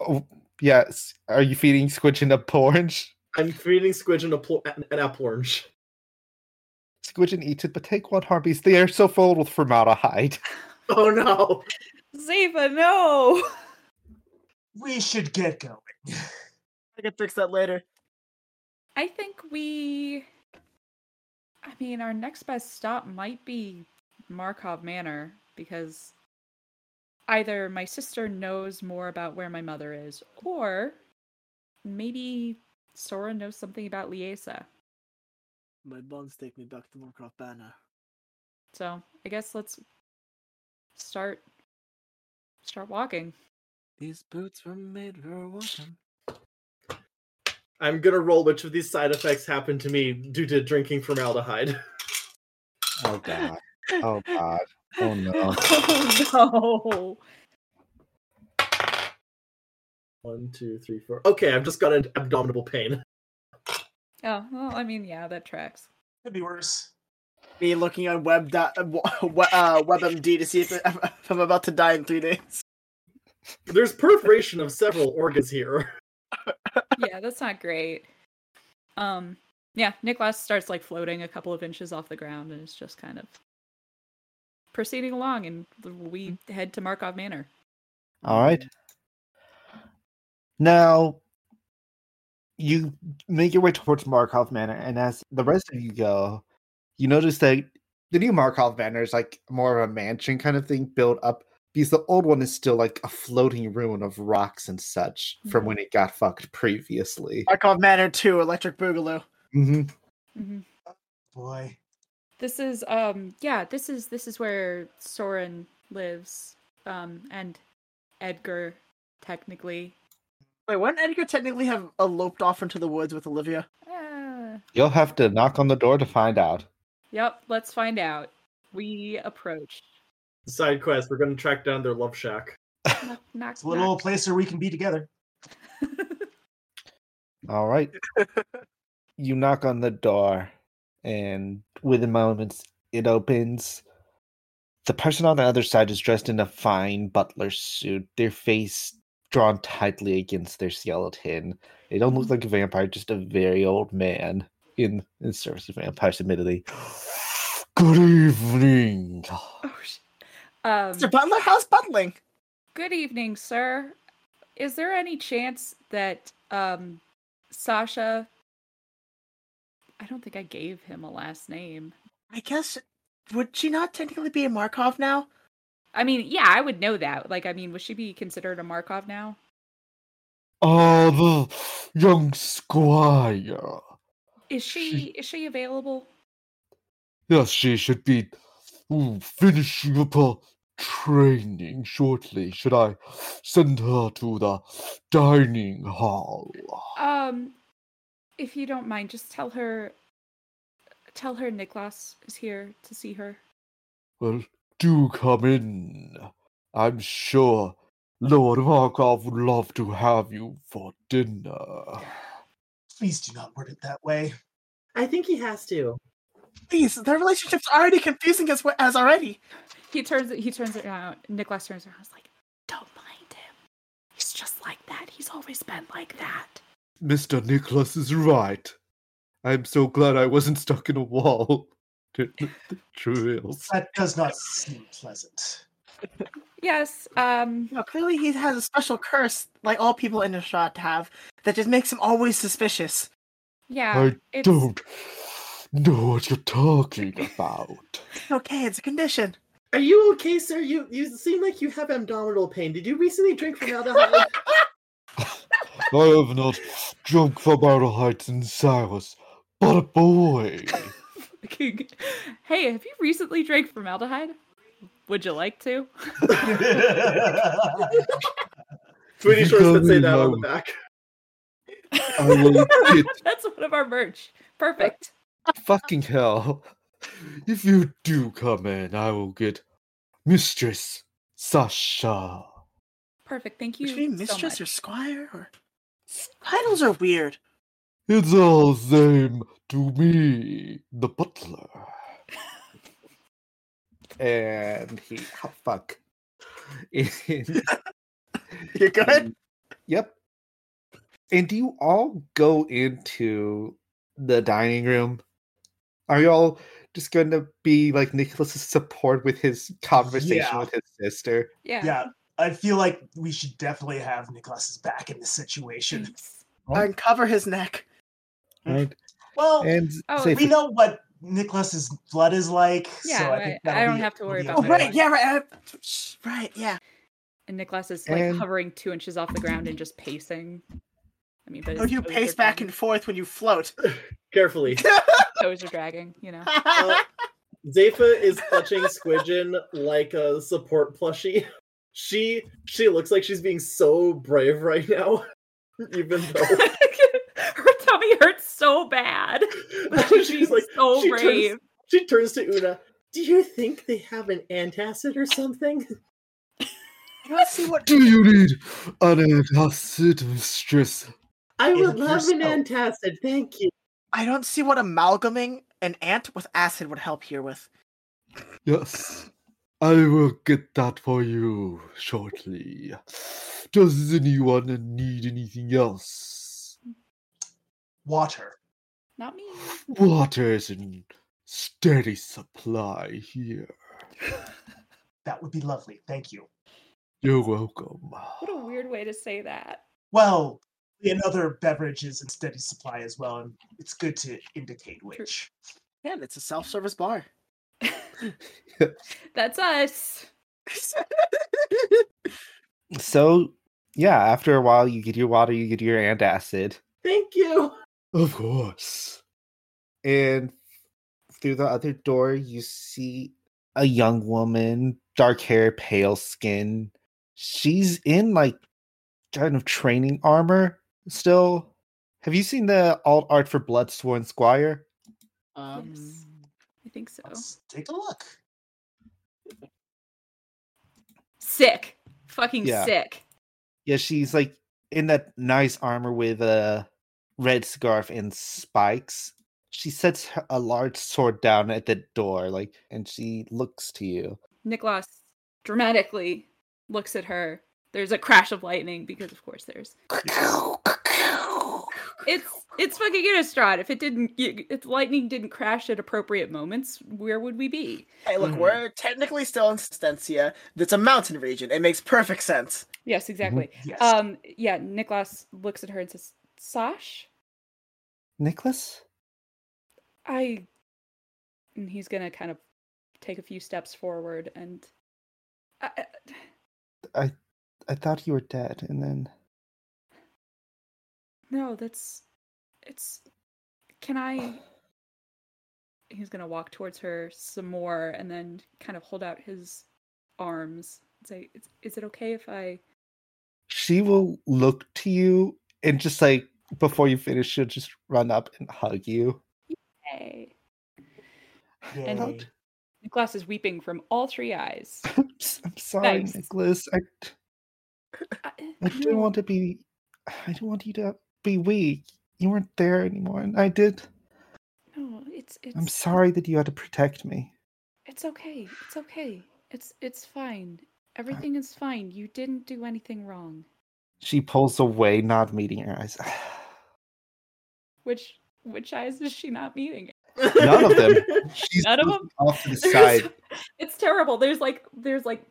F: Oh, yes. Are you feeding Squidgen a orange?
B: I'm feeding Squidgen a por- an, an apple orange.
F: Squidgen eats it, but take one harm because they are so filled with formaldehyde.
B: Oh no!
E: Zeva, no!
C: We should get going.
D: I can fix that later.
E: I think we. I mean, our next best stop might be Markov Manor because either my sister knows more about where my mother is, or maybe Sora knows something about Liesa.
D: My bonds take me back to Warcraft Banner.
E: So I guess let's start start walking.
D: These boots were made for walking.
B: I'm gonna roll which of these side effects happened to me due to drinking formaldehyde.
F: Oh god. Oh god. Oh no.
E: Oh no!
B: One, two, three, four. Okay, I've just got an abdominal pain.
E: Oh well, I mean, yeah, that tracks.
C: Could be worse.
D: Me looking on web dot, uh, w- uh, WebMD to see if, if I'm about to die in three days.
B: There's perforation of several organs here.
E: yeah, that's not great. Um, yeah, Nicholas starts like floating a couple of inches off the ground and is just kind of proceeding along, and we head to Markov Manor.
F: All right. Now, you make your way towards Markov Manor, and as the rest of you go, you notice that the new Markov Manor is like more of a mansion kind of thing built up because the old one is still like a floating ruin of rocks and such from when it got fucked previously.
D: Markov Manor 2, Electric Boogaloo.
F: hmm
E: Mhm.
C: Boy.
E: This is um, yeah, this is this is where Soren lives, um, and Edgar technically.
D: Wait, wouldn't Edgar technically have eloped off into the woods with Olivia?
E: Uh,
F: You'll have to knock on the door to find out.
E: yep, let's find out. We approach.
B: Side quest, we're gonna track down their love shack.
E: Knock, knock,
C: It's a little place where we can be together.
E: knock.
F: All right. you knock on the door, and within moments, it opens. The person on the other side is dressed in a fine butler suit, their face drawn tightly against their skeleton. They don't look like a vampire, just a very old man in, in service of vampires, admittedly. Good evening.
E: oh, shit. Um,
D: Mr. Butler, how's butling?
E: Good evening, sir. Is there any chance that um Sasha I don't think I gave him a last name.
D: I guess, would she not technically be a Markov now?
E: I mean, yeah, I would know that. Like I mean, would she be considered a Markov now?
F: Oh, the young squire.
E: Is she is she available?
F: Yes, she should be ooh, finishing up her training shortly. Should I send her to the dining hall?
E: Um if you don't mind, just tell her tell her Niklas is here to see her.
F: Well, do come in. I'm sure Lord Markov would love to have you for dinner.
C: Please do not word it that way.
B: I think he has to.
D: Please, their relationship's already confusing as, wh- as already.
E: He turns he turns around Niklas turns around is like, Don't mind him. He's just like that. He's always been like that.
F: Mr. Nicholas is right. I'm so glad I wasn't stuck in a wall. True ills.
C: That does not seem pleasant.
E: Yes. Um.
D: No, clearly he has a special curse, like all people in Innistrad have, that just makes him always suspicious.
E: Yeah.
F: I
E: it's,
F: don't know what you're talking about.
D: It's okay, it's a condition.
B: Are you okay, sir? You you seem like you have abdominal pain. Did you recently drink formaldehyde?
F: I have not drunk formaldehyde since Cyrus, but a boy.
E: Hey, have you recently drank formaldehyde? Would you like to?
B: Swedish
F: You
B: Shores would say
F: go
B: that on the
F: low.
B: back.
F: I will get
E: That's one of our merch. Perfect.
F: fucking hell. If you do come in, I will get Mistress Sasha.
E: Perfect. Thank you.
D: Should be mistress
E: so
D: or
E: much.
D: squire or titles are weird.
F: It's all same to me, the butler. and he oh, fuck. And-
G: You good?
F: yep. And do you all go into the dining room? Are you all just going to be like Nicholas's support with his conversation
C: Yeah.
F: with his sister?
E: Yeah.
C: Yeah, I feel like we should definitely have Nicholas's back in this situation.
F: Mm.
E: Thanks.
G: Uncover his neck.
F: Right.
C: Well,
F: And
E: Oh,
F: Zephyr-
C: we know what Nicholas's blood is like. so
E: Yeah,
C: I,
E: right.
C: think that'll
E: I don't
C: be-
E: have to
C: it'll
E: worry
C: be
E: about
G: Oh
E: Yeah.
C: okay.
G: right, yeah, right, uh, sh- right, yeah.
E: And Nicholas is like
F: And-
E: hovering two inches off the ground and just pacing. I mean, but
G: Or do you Oh, pace back and forth when you float?
B: Carefully.
E: toes are dragging, you know.
B: Uh, Zepha is clutching Squidgen like a support plushie. She she looks like she's being so brave right now. Even though
E: Her tummy hurts so bad.
C: Oh,
B: she's like
E: so
B: she turns-
E: brave.
B: she turns to Una. Do you think they have an antacid or something?
G: You want to see what?
F: Do you need an acid mistress?
B: I
C: Is
B: would
C: it
B: love an
C: yourself?
B: antacid, thank you.
G: I don't see what amalgaming an ant with acid would help here with.
F: Yes, I will get that for you shortly. Does anyone need anything else?
C: Water.
E: Not me.
F: Water is in steady supply here.
C: That would be lovely. Thank you.
F: You're welcome.
E: What a weird way to say that.
C: Well, and other beverages in steady supply as well, and it's good to indicate which.
G: Man, it's a self-service bar.
E: That's us.
F: So, yeah, after a while, you get your water, you get your antacid.
B: Thank you.
F: Of course. And through the other door, you see a young woman, dark hair, pale skin. She's in like kind of training armor still. Have you seen the alt art for Bloodsworn Squire?
G: um,
E: Yes. I think so.
C: Let's take a look.
E: Sick. Fucking
F: Yeah.
E: sick.
F: Yeah, she's like in that nice armor with a red scarf and spikes. She sets her- a large sword down at the door, like, and she looks to you.
E: Nicholas dramatically looks at her. There's a crash of lightning because of course there's. It's it's fucking Innistrad. If it didn't if lightning didn't crash at appropriate moments, where would we be?
G: Hey, look,
B: Mhm.
E: Mm-hmm.
G: we're technically still in Stancia. That's a mountain region. It makes perfect sense.
E: Yes, exactly.
C: Yes.
E: Um yeah, Nicholas looks at her and says, "Sash,
F: Nicholas?
E: I and he's going to kind of take a few steps forward and I, I-
F: I thought you were dead, and then
E: no, that's it's can I he's going to walk towards her some more and then kind of hold out his arms and say, "Is, is it okay if I
F: she will look to you and just like before you finish, she'll just run up and hug you.
E: Hey.
C: Yay.
E: and- Nicholas is weeping from all three eyes.
F: I'm, s- I'm sorry,
E: Nice. Mm.
F: Nicholas. I,
E: I, uh,
F: I didn't want to be. I didn't want you to be weak. You weren't there anymore, and I did.
E: No, it's it's
F: I'm sorry that you had to protect me.
E: It's okay. It's okay. It's it's fine. Everything is fine. You didn't do anything wrong.
F: She pulls away, not meeting your eyes.
E: Which which eyes is she not meeting?
F: None of them. She's
E: None of
F: looking
E: them?
F: Off to the
E: There's-
F: side.
E: It's terrible. There's like there's like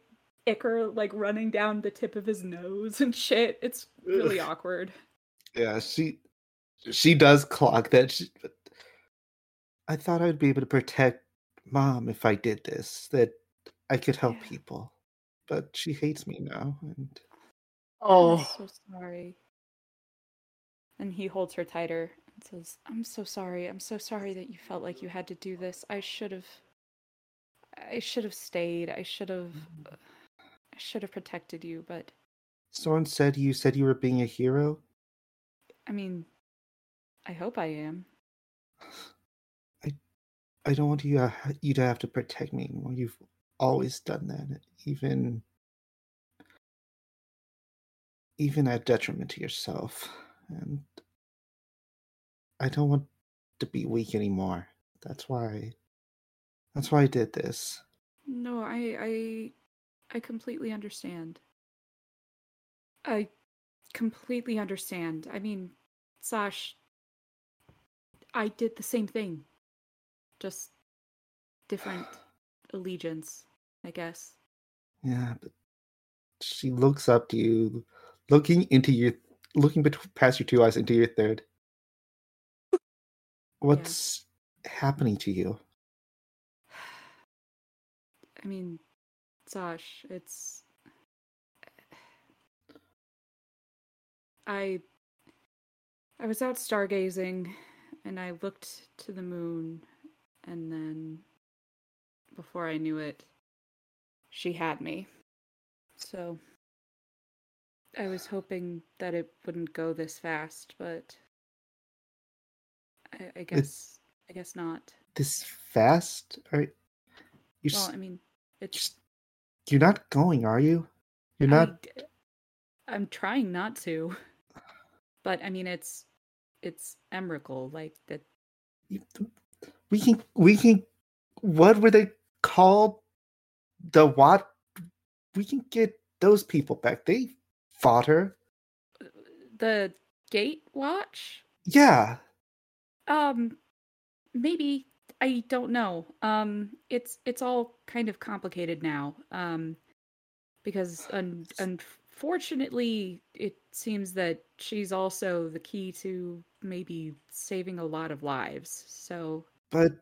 E: ichor like running down the tip of his nose and shit. It's really awkward.
F: Yeah, she she does clock that. She, but I thought I'd be able to protect mom if I did this. That I could help
E: Yeah.
F: people, but she hates me now. And
D: Oh.
G: Oh,
E: I'm so sorry. And he holds her tighter and says, I'm so sorry. I'm so sorry that you felt like you had to do this. I should have. I should have stayed. I should have. I should have protected you, but
F: someone said you said you were being a hero.
E: I mean, I hope I am.
F: I don't want you to, ha- you to have to protect me anymore. You've always done that, even even at detriment to yourself. And I don't want to be weak anymore. That's why. That's why I did this.
E: No, I I I completely understand. I completely understand. I mean, Sash I did the same thing. Just different allegiance, I guess.
F: Yeah, but she looks up to you, looking into your, looking bet- past your two eyes into your third. What's happening to you?
E: I mean, Sash, it's. I. I was out stargazing and I looked to the moon, and then before I knew it, she had me. So I was hoping that it wouldn't go this fast, but I, I guess I guess not.
F: This fast? Are you? s-
E: Well, I mean, it's
F: Just- You're not going, are you? You're not.
E: I, am trying not to, but I mean, it's it's emerical like that.
F: you- We can. We can. What were they called? The what? We can get those people back. They fought her.
E: The gate watch.
F: Yeah.
E: Um, maybe I don't know. Um, it's it's all kind of complicated now. Um, because un- unfortunately, it seems that she's also the key to maybe saving a lot of lives. So
F: But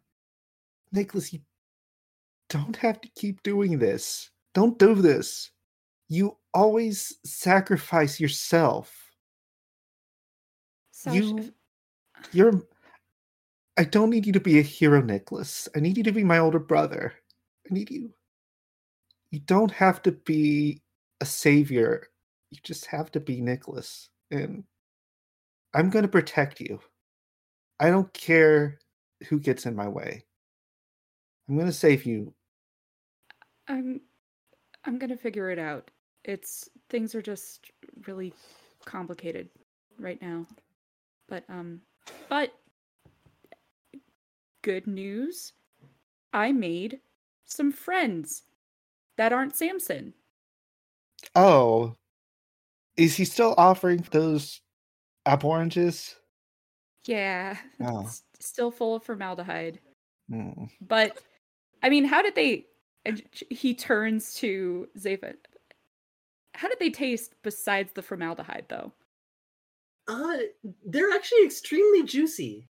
F: Nicholas, you don't have to keep doing this. Don't do this. You always sacrifice yourself.
E: Sash,
F: You-
E: if-
F: You're I don't need you to be a hero, Nicholas. I need you to be my older brother. I need you. You don't have to be a savior. You just have to be Nicholas. And I'm going to protect you. I don't care who gets in my way. I'm going to save you
E: I'm I'm gonna figure it out. It's things are just really complicated right now. But um but good news. I made some friends that aren't Samson.
F: Oh, is he still offering those apple oranges?
E: Yeah.
F: Oh.
E: s- still full of formaldehyde.
F: Hmm.
E: But I mean, how did they and sh- he turns to Zephyr. How did they taste besides the formaldehyde though?
B: Uh, they're actually extremely juicy.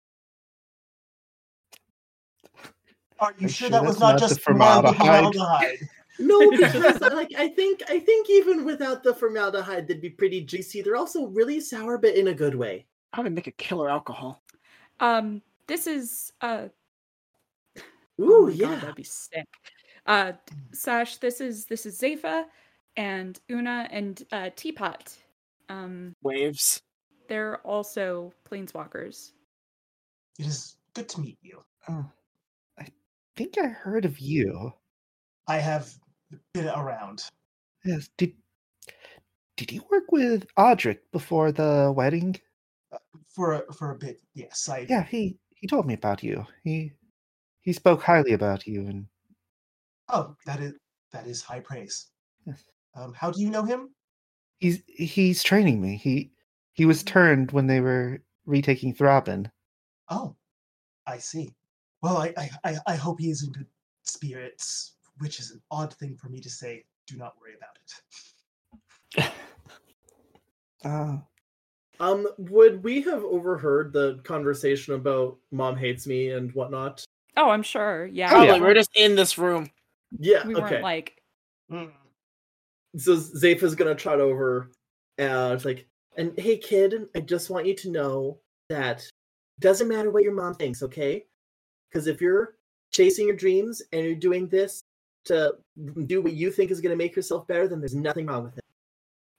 C: Are you
F: I'm
C: sure,
F: sure
C: that was
F: that's
C: not
F: not the
C: just formaldehyde?
F: formaldehyde.
C: formaldehyde?
B: No, because like I think I think even without the formaldehyde, they'd be pretty juicy. They're also really sour, but in a good way.
G: How to make a killer alcohol?
E: Um, this is uh oh
B: Ooh,
E: my God,
B: yeah. Mm.
E: that'd be sick. Uh, Sash, this is this is Zepha and Una and uh, Teapot. Um,
G: Waves.
E: they're also planeswalkers.
C: It is good to meet you.
F: Oh, I think I heard of you.
C: I have been around.
F: Yes. Did Did you work with Audric before the wedding?
C: for a, for a bit. Yes, I
F: Yeah, he he told me about you. He he spoke highly about you, and
C: Oh, that is that is high praise.
F: Yes.
C: Um, how do you know him?
F: he's he's training me. He he was turned when they were retaking Throbbin.
C: Oh, I see. Well, I I, I, I hope he is in good spirits, which is an odd thing for me to say. Do not worry about it.
F: Ah,
B: Um, would we have overheard the conversation about mom hates me and whatnot?
E: Oh, I'm sure. Yeah,
G: Probably.
E: we
G: We're
E: weren't-
G: just in this room.
B: Yeah,
E: we
B: okay.
E: weren't like
B: so Zepha's gonna trot over and it's like, and hey kid, I just want you to know that doesn't matter what your mom thinks, okay? Because if you're chasing your dreams and you're doing this to do what you think is gonna make yourself better, then there's nothing wrong with it.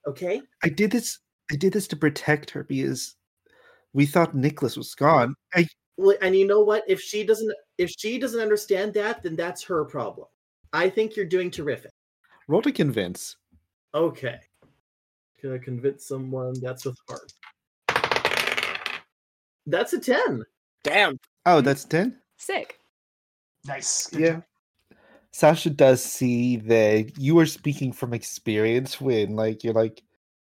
B: Okay?
F: I did this. I did this to protect her because we thought Nicholas was gone. I,
B: Well, and you know what? If she doesn't if she doesn't understand that, then that's her problem. I think you're doing terrific.
F: roll to convince.
B: Okay. Gonna convince someone that's with heart. That's a 10.
G: Damn.
F: Oh, that's ten.
E: sick.
C: Nice. good
F: Yeah.
C: job.
F: Sasha does see that you are speaking from experience when, like, you're like,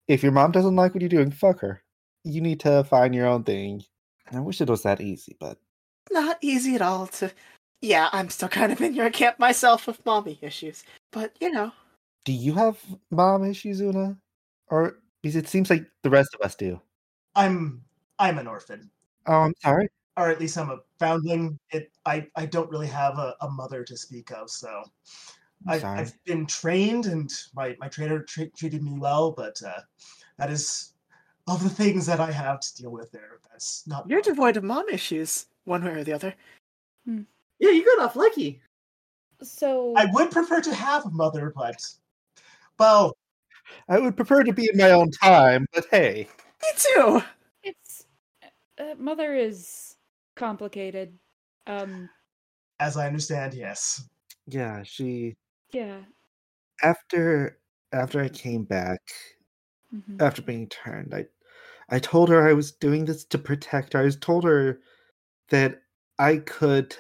F: if your mom doesn't like what you're doing, fuck her. You need to find your own thing. And I wish it was that easy, but
D: Not easy at all to. Yeah, I'm still kind of in your camp myself with mommy issues, but you know,
F: do you have mom issues, Una? Or because it seems like the rest of us do.
C: I'm I'm an orphan,
F: Oh, I'm sorry.
C: or at least I'm a foundling. It I I don't really have a, a mother to speak of, so
F: I'm
C: I've,
F: sorry.
C: I've been trained, and my my trainer tre- treated me well, but uh, that is of the things that I have to deal with. There, that's not
D: you're
C: mine.
D: devoid of mom issues, one way or the other.
B: Yeah, you got off lucky.
E: So
C: I would prefer to have a mother, but well,
F: I would prefer to be in my own time, but hey.
D: Me too.
E: it's uh, mother is complicated. Um,
C: as I understand, yes.
F: Yeah, she
E: yeah.
F: after after I came back
E: mhm.
B: Uh,
F: after being turned, I I told her I was doing this to protect her. I was told her that I could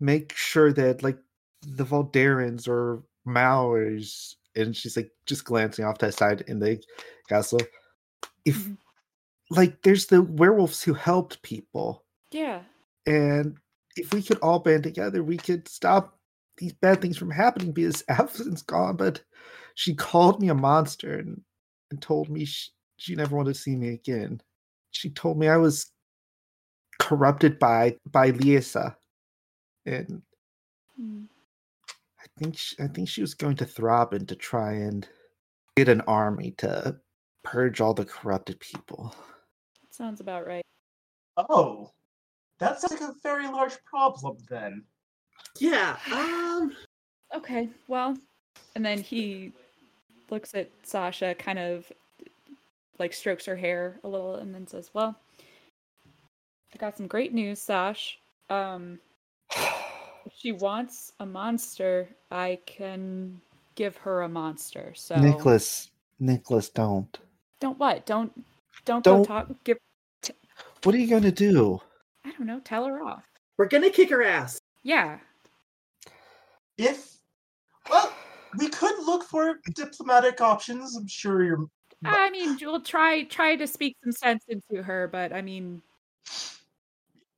F: make sure that like the Valderans or Maoris and she's like just glancing off to the side in the castle. If
E: Mhm.
F: like there's the werewolves who helped people.
E: Yeah.
F: And if we could all band together, we could stop these bad things from happening because Evelyn's gone. But she called me a monster and, and told me she, she never wanted to see me again. She told me I was corrupted by by Liesa, and
E: Mm.
F: I think she, I think she was going to Throbbing to try and get an army to purge all the corrupted people.
E: Sounds about right.
C: Oh, that sounds like a very large problem then.
B: Yeah. Um.
E: Okay. Well, and then he looks at Sasha, kind of like strokes her hair a little, and then says, "Well, I got some great news, Sash. Um, if she wants a monster, I can give her a monster. So
F: Nicholas, Nicholas, don't.
E: don't what? Don't don't,
F: Don't-
E: go talk. Give
F: What are you going to do?
E: I don't know. Tell her off.
B: We're gonna kick her ass.
E: Yeah.
C: If well, we could look for diplomatic options. I'm sure you're But-
E: I mean, we'll try try to speak some sense into her, but I mean,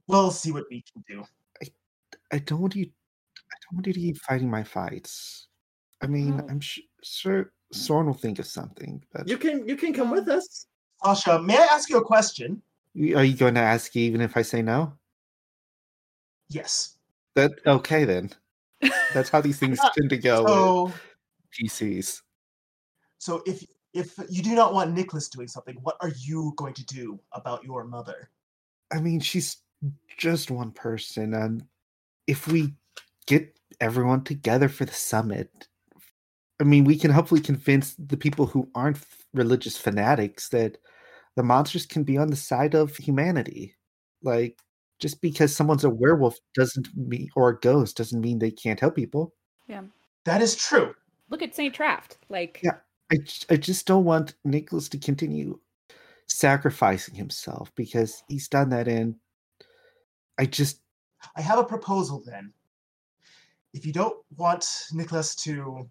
C: we'll see what we can do.
F: I don't want you. I don't want you to keep fighting my fights. I mean,
E: No.
F: I'm su- sure Sorn will think of something. But
B: You can you can come with us.
C: Sasha, may I ask you a question?
F: Y- are you going to ask even if I say no?
C: Yes.
F: That okay then? That's how these things tend to go with
C: So,
F: PCs.
C: so if if you do not want Nicholas doing something, what are you going to do about your mother?
F: I mean, she's just one person, and if we get everyone together for the summit, I mean, we can hopefully convince the people who aren't f- religious fanatics that the monsters can be on the side of humanity. Like, just because someone's a werewolf doesn't mean, or a ghost doesn't mean they can't help people.
C: That is true.
E: look at Saint Traft. Like,
F: Yeah. I, j- I just don't want Nicholas to continue sacrificing himself because he's done that, and I just
C: I have a proposal then. If you don't want Nicholas to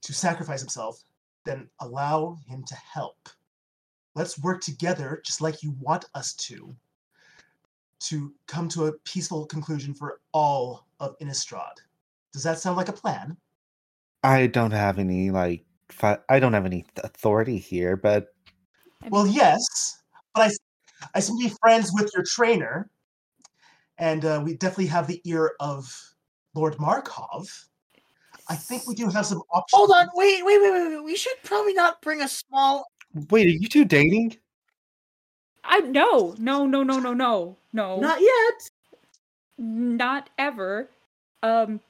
C: to sacrifice himself, then allow him to help. Let's work together just like you want us to to come to a peaceful conclusion for all of Innistrad. Does that sound like a plan?
F: I don't have any like fi- I don't have any th- authority here, but
E: I
C: Well,
E: mean,
C: yes, but I s- I seem to be friends with your trainer and uh, we definitely have the ear of Lord Markov. I think we do have some options.
D: Hold on, wait, wait, wait, wait, wait. We should probably not bring a small.
F: wait, are you two dating?
E: I no, no, no, no, no, no, no,
B: Not yet.
E: not ever. Um,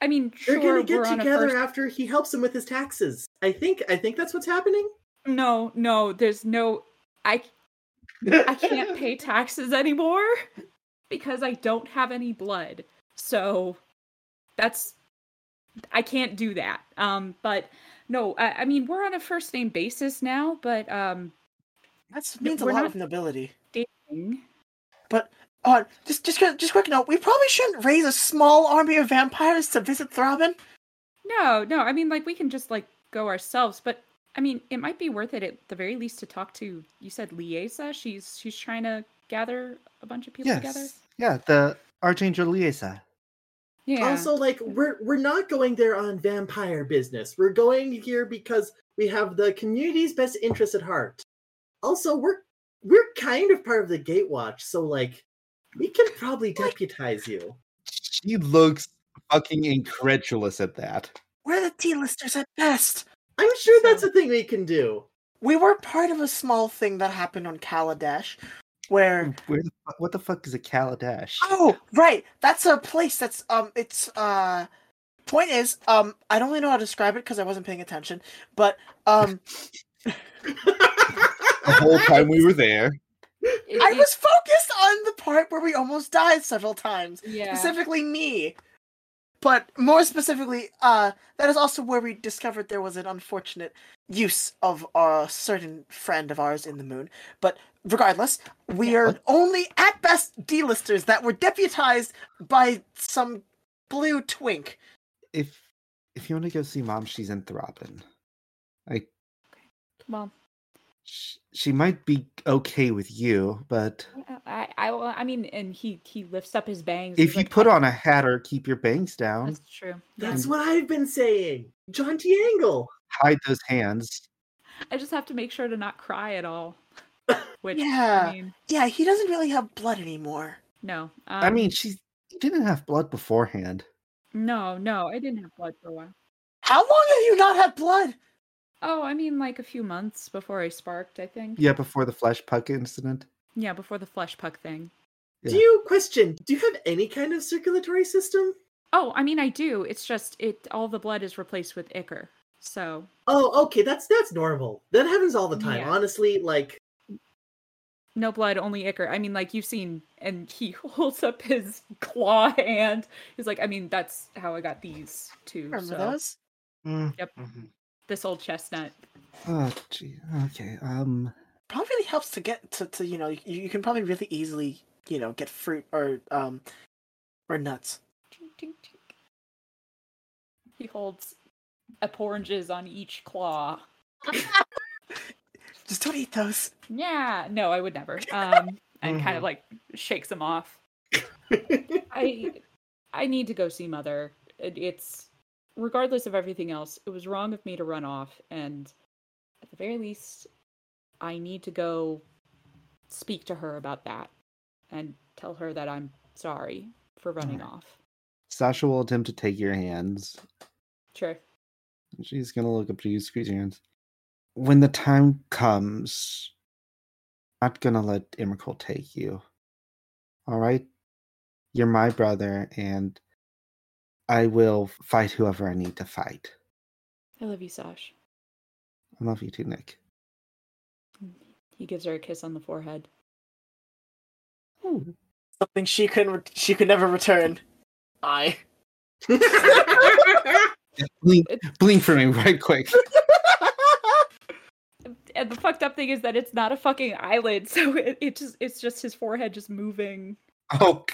E: I mean,
B: They're
E: sure,
B: gonna
E: we're
B: get
E: on a
B: together
E: first-
B: after he helps him with his taxes. I think I think that's what's happening.
E: No, no, there's no. I I can't pay taxes anymore because I don't have any blood. So that's I can't do that. Um, but no, I, I mean we're on a first name basis now, but um,
D: That
E: No,
D: means a
E: we're
D: lot
E: not-
D: of nobility.
E: dating.
D: on Uh, just just quick- just quick note. We probably shouldn't raise a small army of vampires to visit Throbbin.
E: No, no. I mean, like we can just like go ourselves, but I mean, it might be worth it at the very least to talk to. You said Liesa. She's she's trying to gather a bunch of people together.
F: Yeah, the Archangel Liesa.
E: Yeah.
B: Also, like we're we're not going there on vampire business. We're going here because we have the community's best interest at heart. Also, we're we're kind of part of the Gatewatch, so like we can probably deputize you.
F: She looks fucking incredulous at that.
D: We're the D-listers at best.
B: I'm sure that's
E: So-
B: a thing we can do.
D: We were part of a small thing that happened on Kaladesh, where
F: Where the fuck, what the fuck is a Kaladesh?
D: Oh, right. That's a place that's um it's uh point is um I don't really know how to describe it cuz I wasn't paying attention, but um
F: The whole time we were there.
E: It-
D: I
E: it-
D: was focused on the part where we almost died several times,
E: Yeah.
D: specifically me. But more specifically, uh that is also where we discovered there was an unfortunate use of a certain friend of ours in the moon. But regardless, we are only at best D-listers that were deputized by some blue twink.
F: If if you want to go see mom, she's in Throbbing.
E: Well,
F: She, she might be okay with you, but
E: I, I, well, I mean, and he he lifts up his bangs.
F: if
E: he's
F: you
E: like,
F: put
E: "Oh,
F: on a hat or keep your bangs down,
E: That's true.
B: That's what I've been saying. John Tiangle.
F: hide those hands.
E: I just have to make sure to not cry at all. Which
D: Yeah.
E: I mean,
D: Yeah, he doesn't really have blood anymore.
E: no. Um,
F: I mean, she didn't have blood beforehand.
E: no, no. I didn't have blood for a while.
D: How long have you not had blood?
E: Oh, I mean, like a few months before I sparked. I think.
F: Yeah, before the flesh puck incident.
E: Yeah, before the flesh puck thing.
B: Do
F: Yeah.
B: you question? Do you have any kind of circulatory system?
E: Oh, I mean, I do. It's just it. All the blood is replaced with ichor. So
B: Oh, okay, that's that's normal. That happens all the time.
E: Yeah.
B: Honestly, like
E: no blood, only ichor. I mean, like you've seen, and he holds up his claw hand. He's like, I mean, that's how I got these two.
D: Remember
E: so
D: those?
C: Mm,
E: Yep.
C: mhm.
E: This old chestnut.
F: Oh, gee. Okay. Um.
D: Probably really helps to get to, to you know, you, you can probably really easily, you know, get fruit or um or nuts.
E: Tink, tink, tink. He holds up oranges on each claw.
D: Just don't eat those.
E: Yeah, no, I would never. Um, and kind
C: Mhm.
E: of like shakes him off. I I need to go see mother. It- It's regardless of everything else, it was wrong of me to run off, and at the very least, I need to go speak to her about that and tell her that I'm sorry for running off.
F: Sasha will attempt to take your hands.
E: Sure.
F: She's gonna look up to you, squeeze your hands. When the time comes, I'm not gonna let Immercool take you. All right, you're my brother, and I will fight whoever I need to fight.
E: I love you, Sash.
F: I love you too, Nick.
E: He gives her a kiss on the forehead.
D: Something she could re- she could never return. I.
F: Blink,
E: It-
F: blink for me, right quick.
E: And the fucked up thing is that it's not a fucking eyelid, so it, it just it's just his forehead just moving.
F: Oh,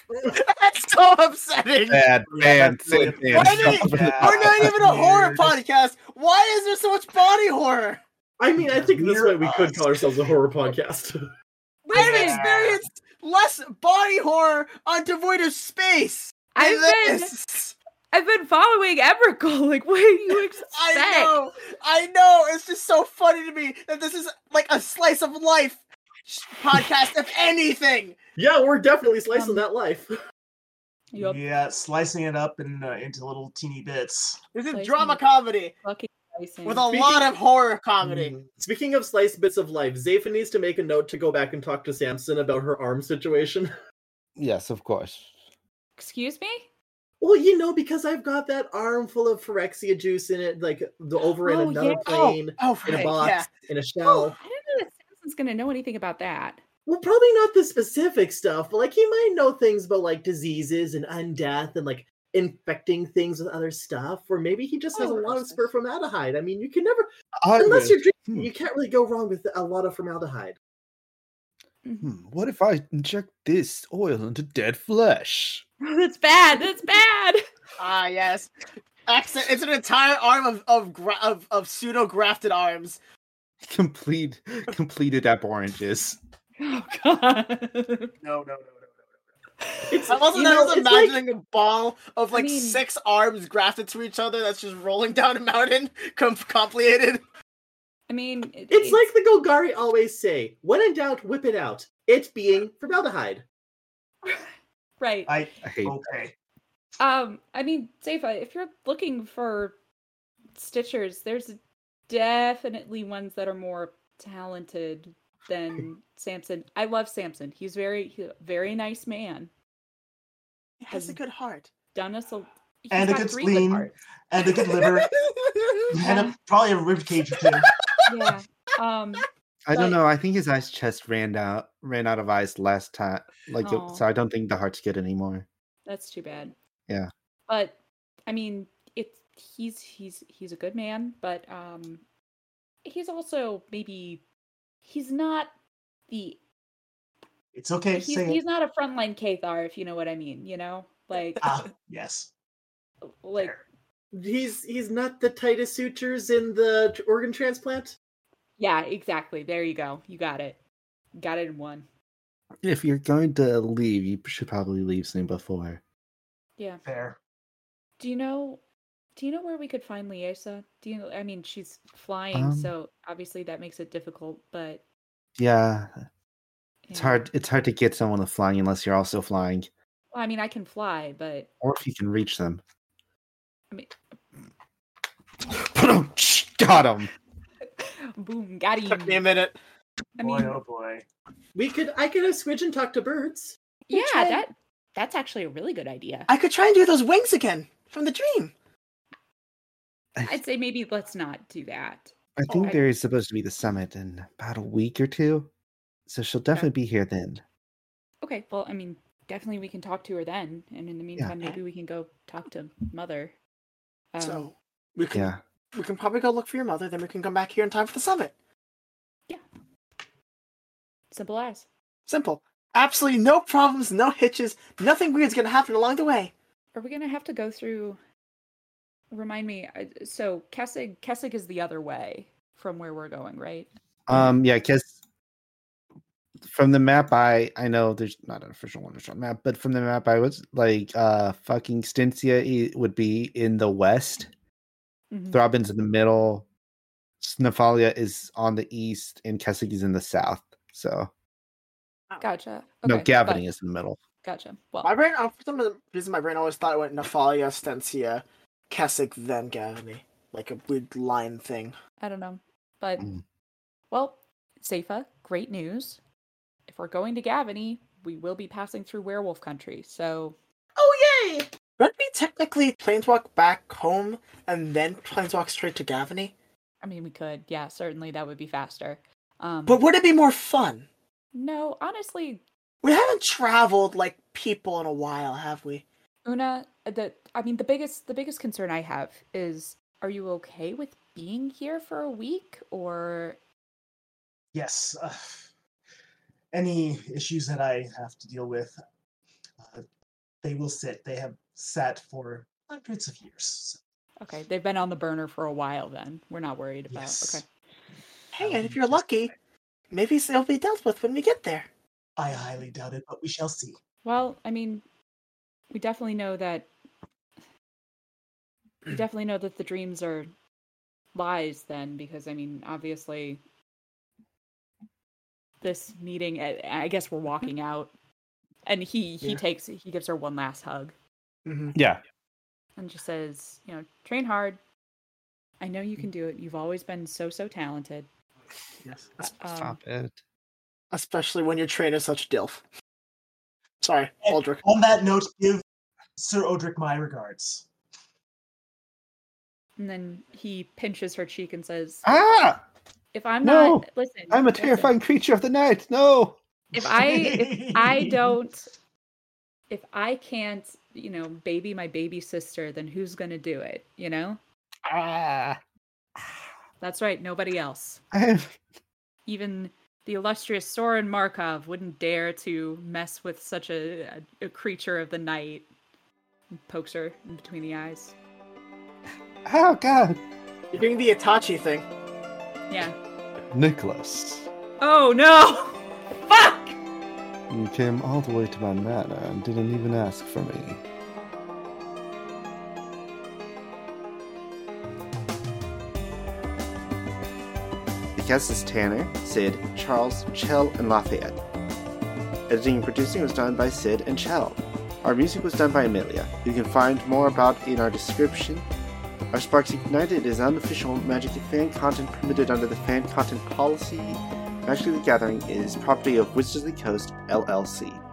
D: That's so upsetting.
F: bad man,
C: that's really
F: sad
C: bad.
F: man.
D: Why did
C: Yeah.
D: We're not even a horror
C: Weird.
D: podcast. Why is there so much body horror?
B: I mean, I think this
C: We're
B: way we could
C: us.
B: call ourselves a horror podcast.
D: We have
C: Yeah.
D: experienced less body horror on Devoid of Space. than
E: I've been
D: this.
E: I've been following Emrakul. Like, what do you expect?
D: I know, I know. It's just so funny to me that this is like a slice of life sh- podcast, if anything.
B: yeah, we're definitely slicing
E: Um,
B: that life.
E: Yup,
C: Yeah, slicing it up in, uh, into little teeny bits.
D: This
E: Slice
D: is drama
E: of-
D: comedy
E: fucking Tyson.
D: with a
B: Speaking-
D: lot of horror comedy.
C: Mm.
B: Speaking of sliced bits of life, Zephyr needs to make a note to go back and talk to Samson about her arm situation.
F: Yes, of course.
E: Excuse me?
B: Well, you know, because I've got that arm full of Phyrexia juice in it, like the over in
E: Oh,
B: another
E: yeah.
D: Oh,
B: plane,
D: oh,
B: in a
D: right,
B: box,
D: yeah.
B: in a
E: Oh, I
B: shell.
E: don't know that Samson's gonna know anything about that.
B: Well, probably not the specific stuff, but like he might know things about like diseases and undeath and like infecting things with other stuff, or maybe he just has a
D: Oh,
B: lot of
D: interesting.
B: spur from aldehyde. I mean, you can never
F: I
B: unless
F: would-
B: you're drinking,
F: Hmm.
B: you can't really go wrong with a lot of formaldehyde.
F: Hmm, what if I inject this oil into dead flesh?
E: That's bad. That's bad.
D: Ah, yes. Accent. It's an entire arm of of gra- of, of pseudo grafted arms.
F: Complete, completed aboranges.
E: Oh god.
C: No, no, no, no, no.
D: I was,
B: you
D: I
B: know,
D: was
B: it's like-
D: imagining a ball of like
E: mean-
D: six arms grafted to each other that's just rolling down a mountain, com- complicated.
E: I mean, it-
B: It's like the Golgari always say, when in doubt, whip it out. It being formaldehyde.
E: right.
C: I
F: I hate.
C: okay.
E: Um, I mean, Zepha, if you're looking for stitchers, there's definitely ones that are more talented than Samson. I love Samson. He's very, he's a very nice man.
D: He has a
E: Mhm.
D: good heart.
E: Done us a he's
C: And a
E: got
C: good
E: three good
C: spleen.
E: parts.
C: And a good liver and a, probably a rib cage or two.
E: Yeah. Um,
F: I don't
E: But-
F: know. I think his ice chest ran out, ran out of ice last time. Like, it-
E: Aw.
F: so I don't think the heart's good anymore.
E: that's too bad.
F: Yeah.
E: But I mean, it's he's he's he's a good man, but um, he's also maybe he's not the
C: It's okay.
E: he's,
C: say
E: he's
C: it.
E: not a frontline Cathar, if you know what I mean. You know, like
C: Ah, yes.
E: like
C: fair.
B: He's he's not the Titus sutures in the t- organ transplant.
E: yeah, exactly. There you go. You got it. Got it in one.
F: If you're going to leave, you should probably leave soon before.
E: Yeah.
C: Fair.
E: Do you know? Do you know where we could find Liesa? Do you? know I mean, she's flying,
F: Um,
E: so obviously that makes it difficult. But
F: Yeah, it's
E: yeah.
F: hard. It's hard to get someone flying unless you're also flying,
E: Well, I mean, I can fly, but
F: or if you can reach them.
E: I mean,
F: Got him.
E: boom, got
D: Took me a
E: him.
D: minute.
E: I
C: boy,
E: mean,
C: oh boy.
B: We could I could have Squidge and talk to birds.
E: yeah,
D: tried-
E: that that's actually a really good idea.
D: I could try and do those wings again from the dream.
E: I'd say maybe let's not do that.
F: I
E: Oh,
F: think
E: I-
F: there is supposed to be the summit in about a week or two, so she'll definitely be here then.
E: Okay, well, I mean, definitely we can talk to her then, and in the meantime, maybe we can go talk to Mother. Um,
D: so we can
F: Yeah,
D: we can probably go look for your mother. Then we can come back here in time for the summit.
E: simple as.
D: Simple. Absolutely no problems, no hitches, nothing weird's gonna happen along the way.
E: Are we gonna have to go through? Remind me. I- So Kesig, Kesig is the other way from where we're going, right?
F: um, yeah, because from the map I I know there's not an official Wonder Strong map, but from the map I was like, uh, fucking Stencia i- would be in the west,
E: Mhm.
F: Throbbin's in the middle, Snefalia is on the east, and Kesig is in the south. So
E: Gotcha.
F: no,
E: Okay,
F: Gavin
E: but-
F: is in the middle.
E: Gotcha. Well,
D: My brain, uh, for some reason, my brain always thought it went Nefalia, Stencia, Keswick, then Gavni, like a weird line thing.
E: I don't know, but
F: Mm.
E: well, Safa, great news. If we're going to Gavany, we will be passing through Werewolf Country. So
B: Oh yay!
D: Don't we technically planeswalk back home and then planeswalk straight to Gavni?
E: I mean, we could, yeah, certainly that would be faster. Um,
D: But would it be more fun?
E: no, honestly,
D: We haven't traveled like people in a while, have we?
E: Una, uh, the I mean, the biggest the biggest concern I have is, are you okay with being here for a week or?
C: Yes. Uh, any issues that I have to deal with, uh, they will sit. They have sat for hundreds of years.
E: Okay, they've been on the burner for a while. Then we're not worried about.
C: Yes.
E: Okay,
D: Hey,
C: Um,
D: and if you're
C: just-
D: lucky, maybe they'll be dealt with when we get there.
C: I highly doubt it, but we shall see.
E: well, I mean, we definitely know that. We definitely know that the dreams are lies. Then, because I mean, obviously, this meeting. I, I guess we're walking out, and he
D: Mm-hmm.
E: he
D: Yeah.
E: takes he gives her one last hug.
D: Mm-hmm.
F: Yeah,
E: and just says, you know, train hard. I know
D: Mm-hmm.
E: you can do it. You've always been so so talented.
D: Yes.
E: Um,
F: stop it.
D: Especially when your trainer is such a dilf. Sorry, Aldrich.
C: On that note, give Sir Odric my regards.
E: And then he pinches her cheek and says,
F: Ah,
E: "If I'm
F: No!
E: not listen,
F: I'm a
E: listen,
F: terrifying creature of the night. No.
E: If I if I don't, if I can't, you know, baby my baby sister, then who's gonna do it? You know,
F: Ah,
E: that's right. Nobody else,
F: I'm
E: even the illustrious Soren Markov wouldn't dare to mess with such a, a creature of the night. And Pokes her in between the eyes.
G: Oh God,
D: You're doing the Itachi thing.
E: Yeah.
G: Nicholas,
E: Oh no! Fuck!
G: you came all the way to my manor and didn't even ask for me.
F: The cast is Tanner, Sid, Charles, Chell, and Lafayette. Editing and producing was done by Sid and Chell. Our music was done by Amelia, who you can find more about in our description. Our Sparks Ignited is unofficial Magic the fan content permitted under the fan content policy. Magic the Gathering is property of Wizards of the Coast, LLC.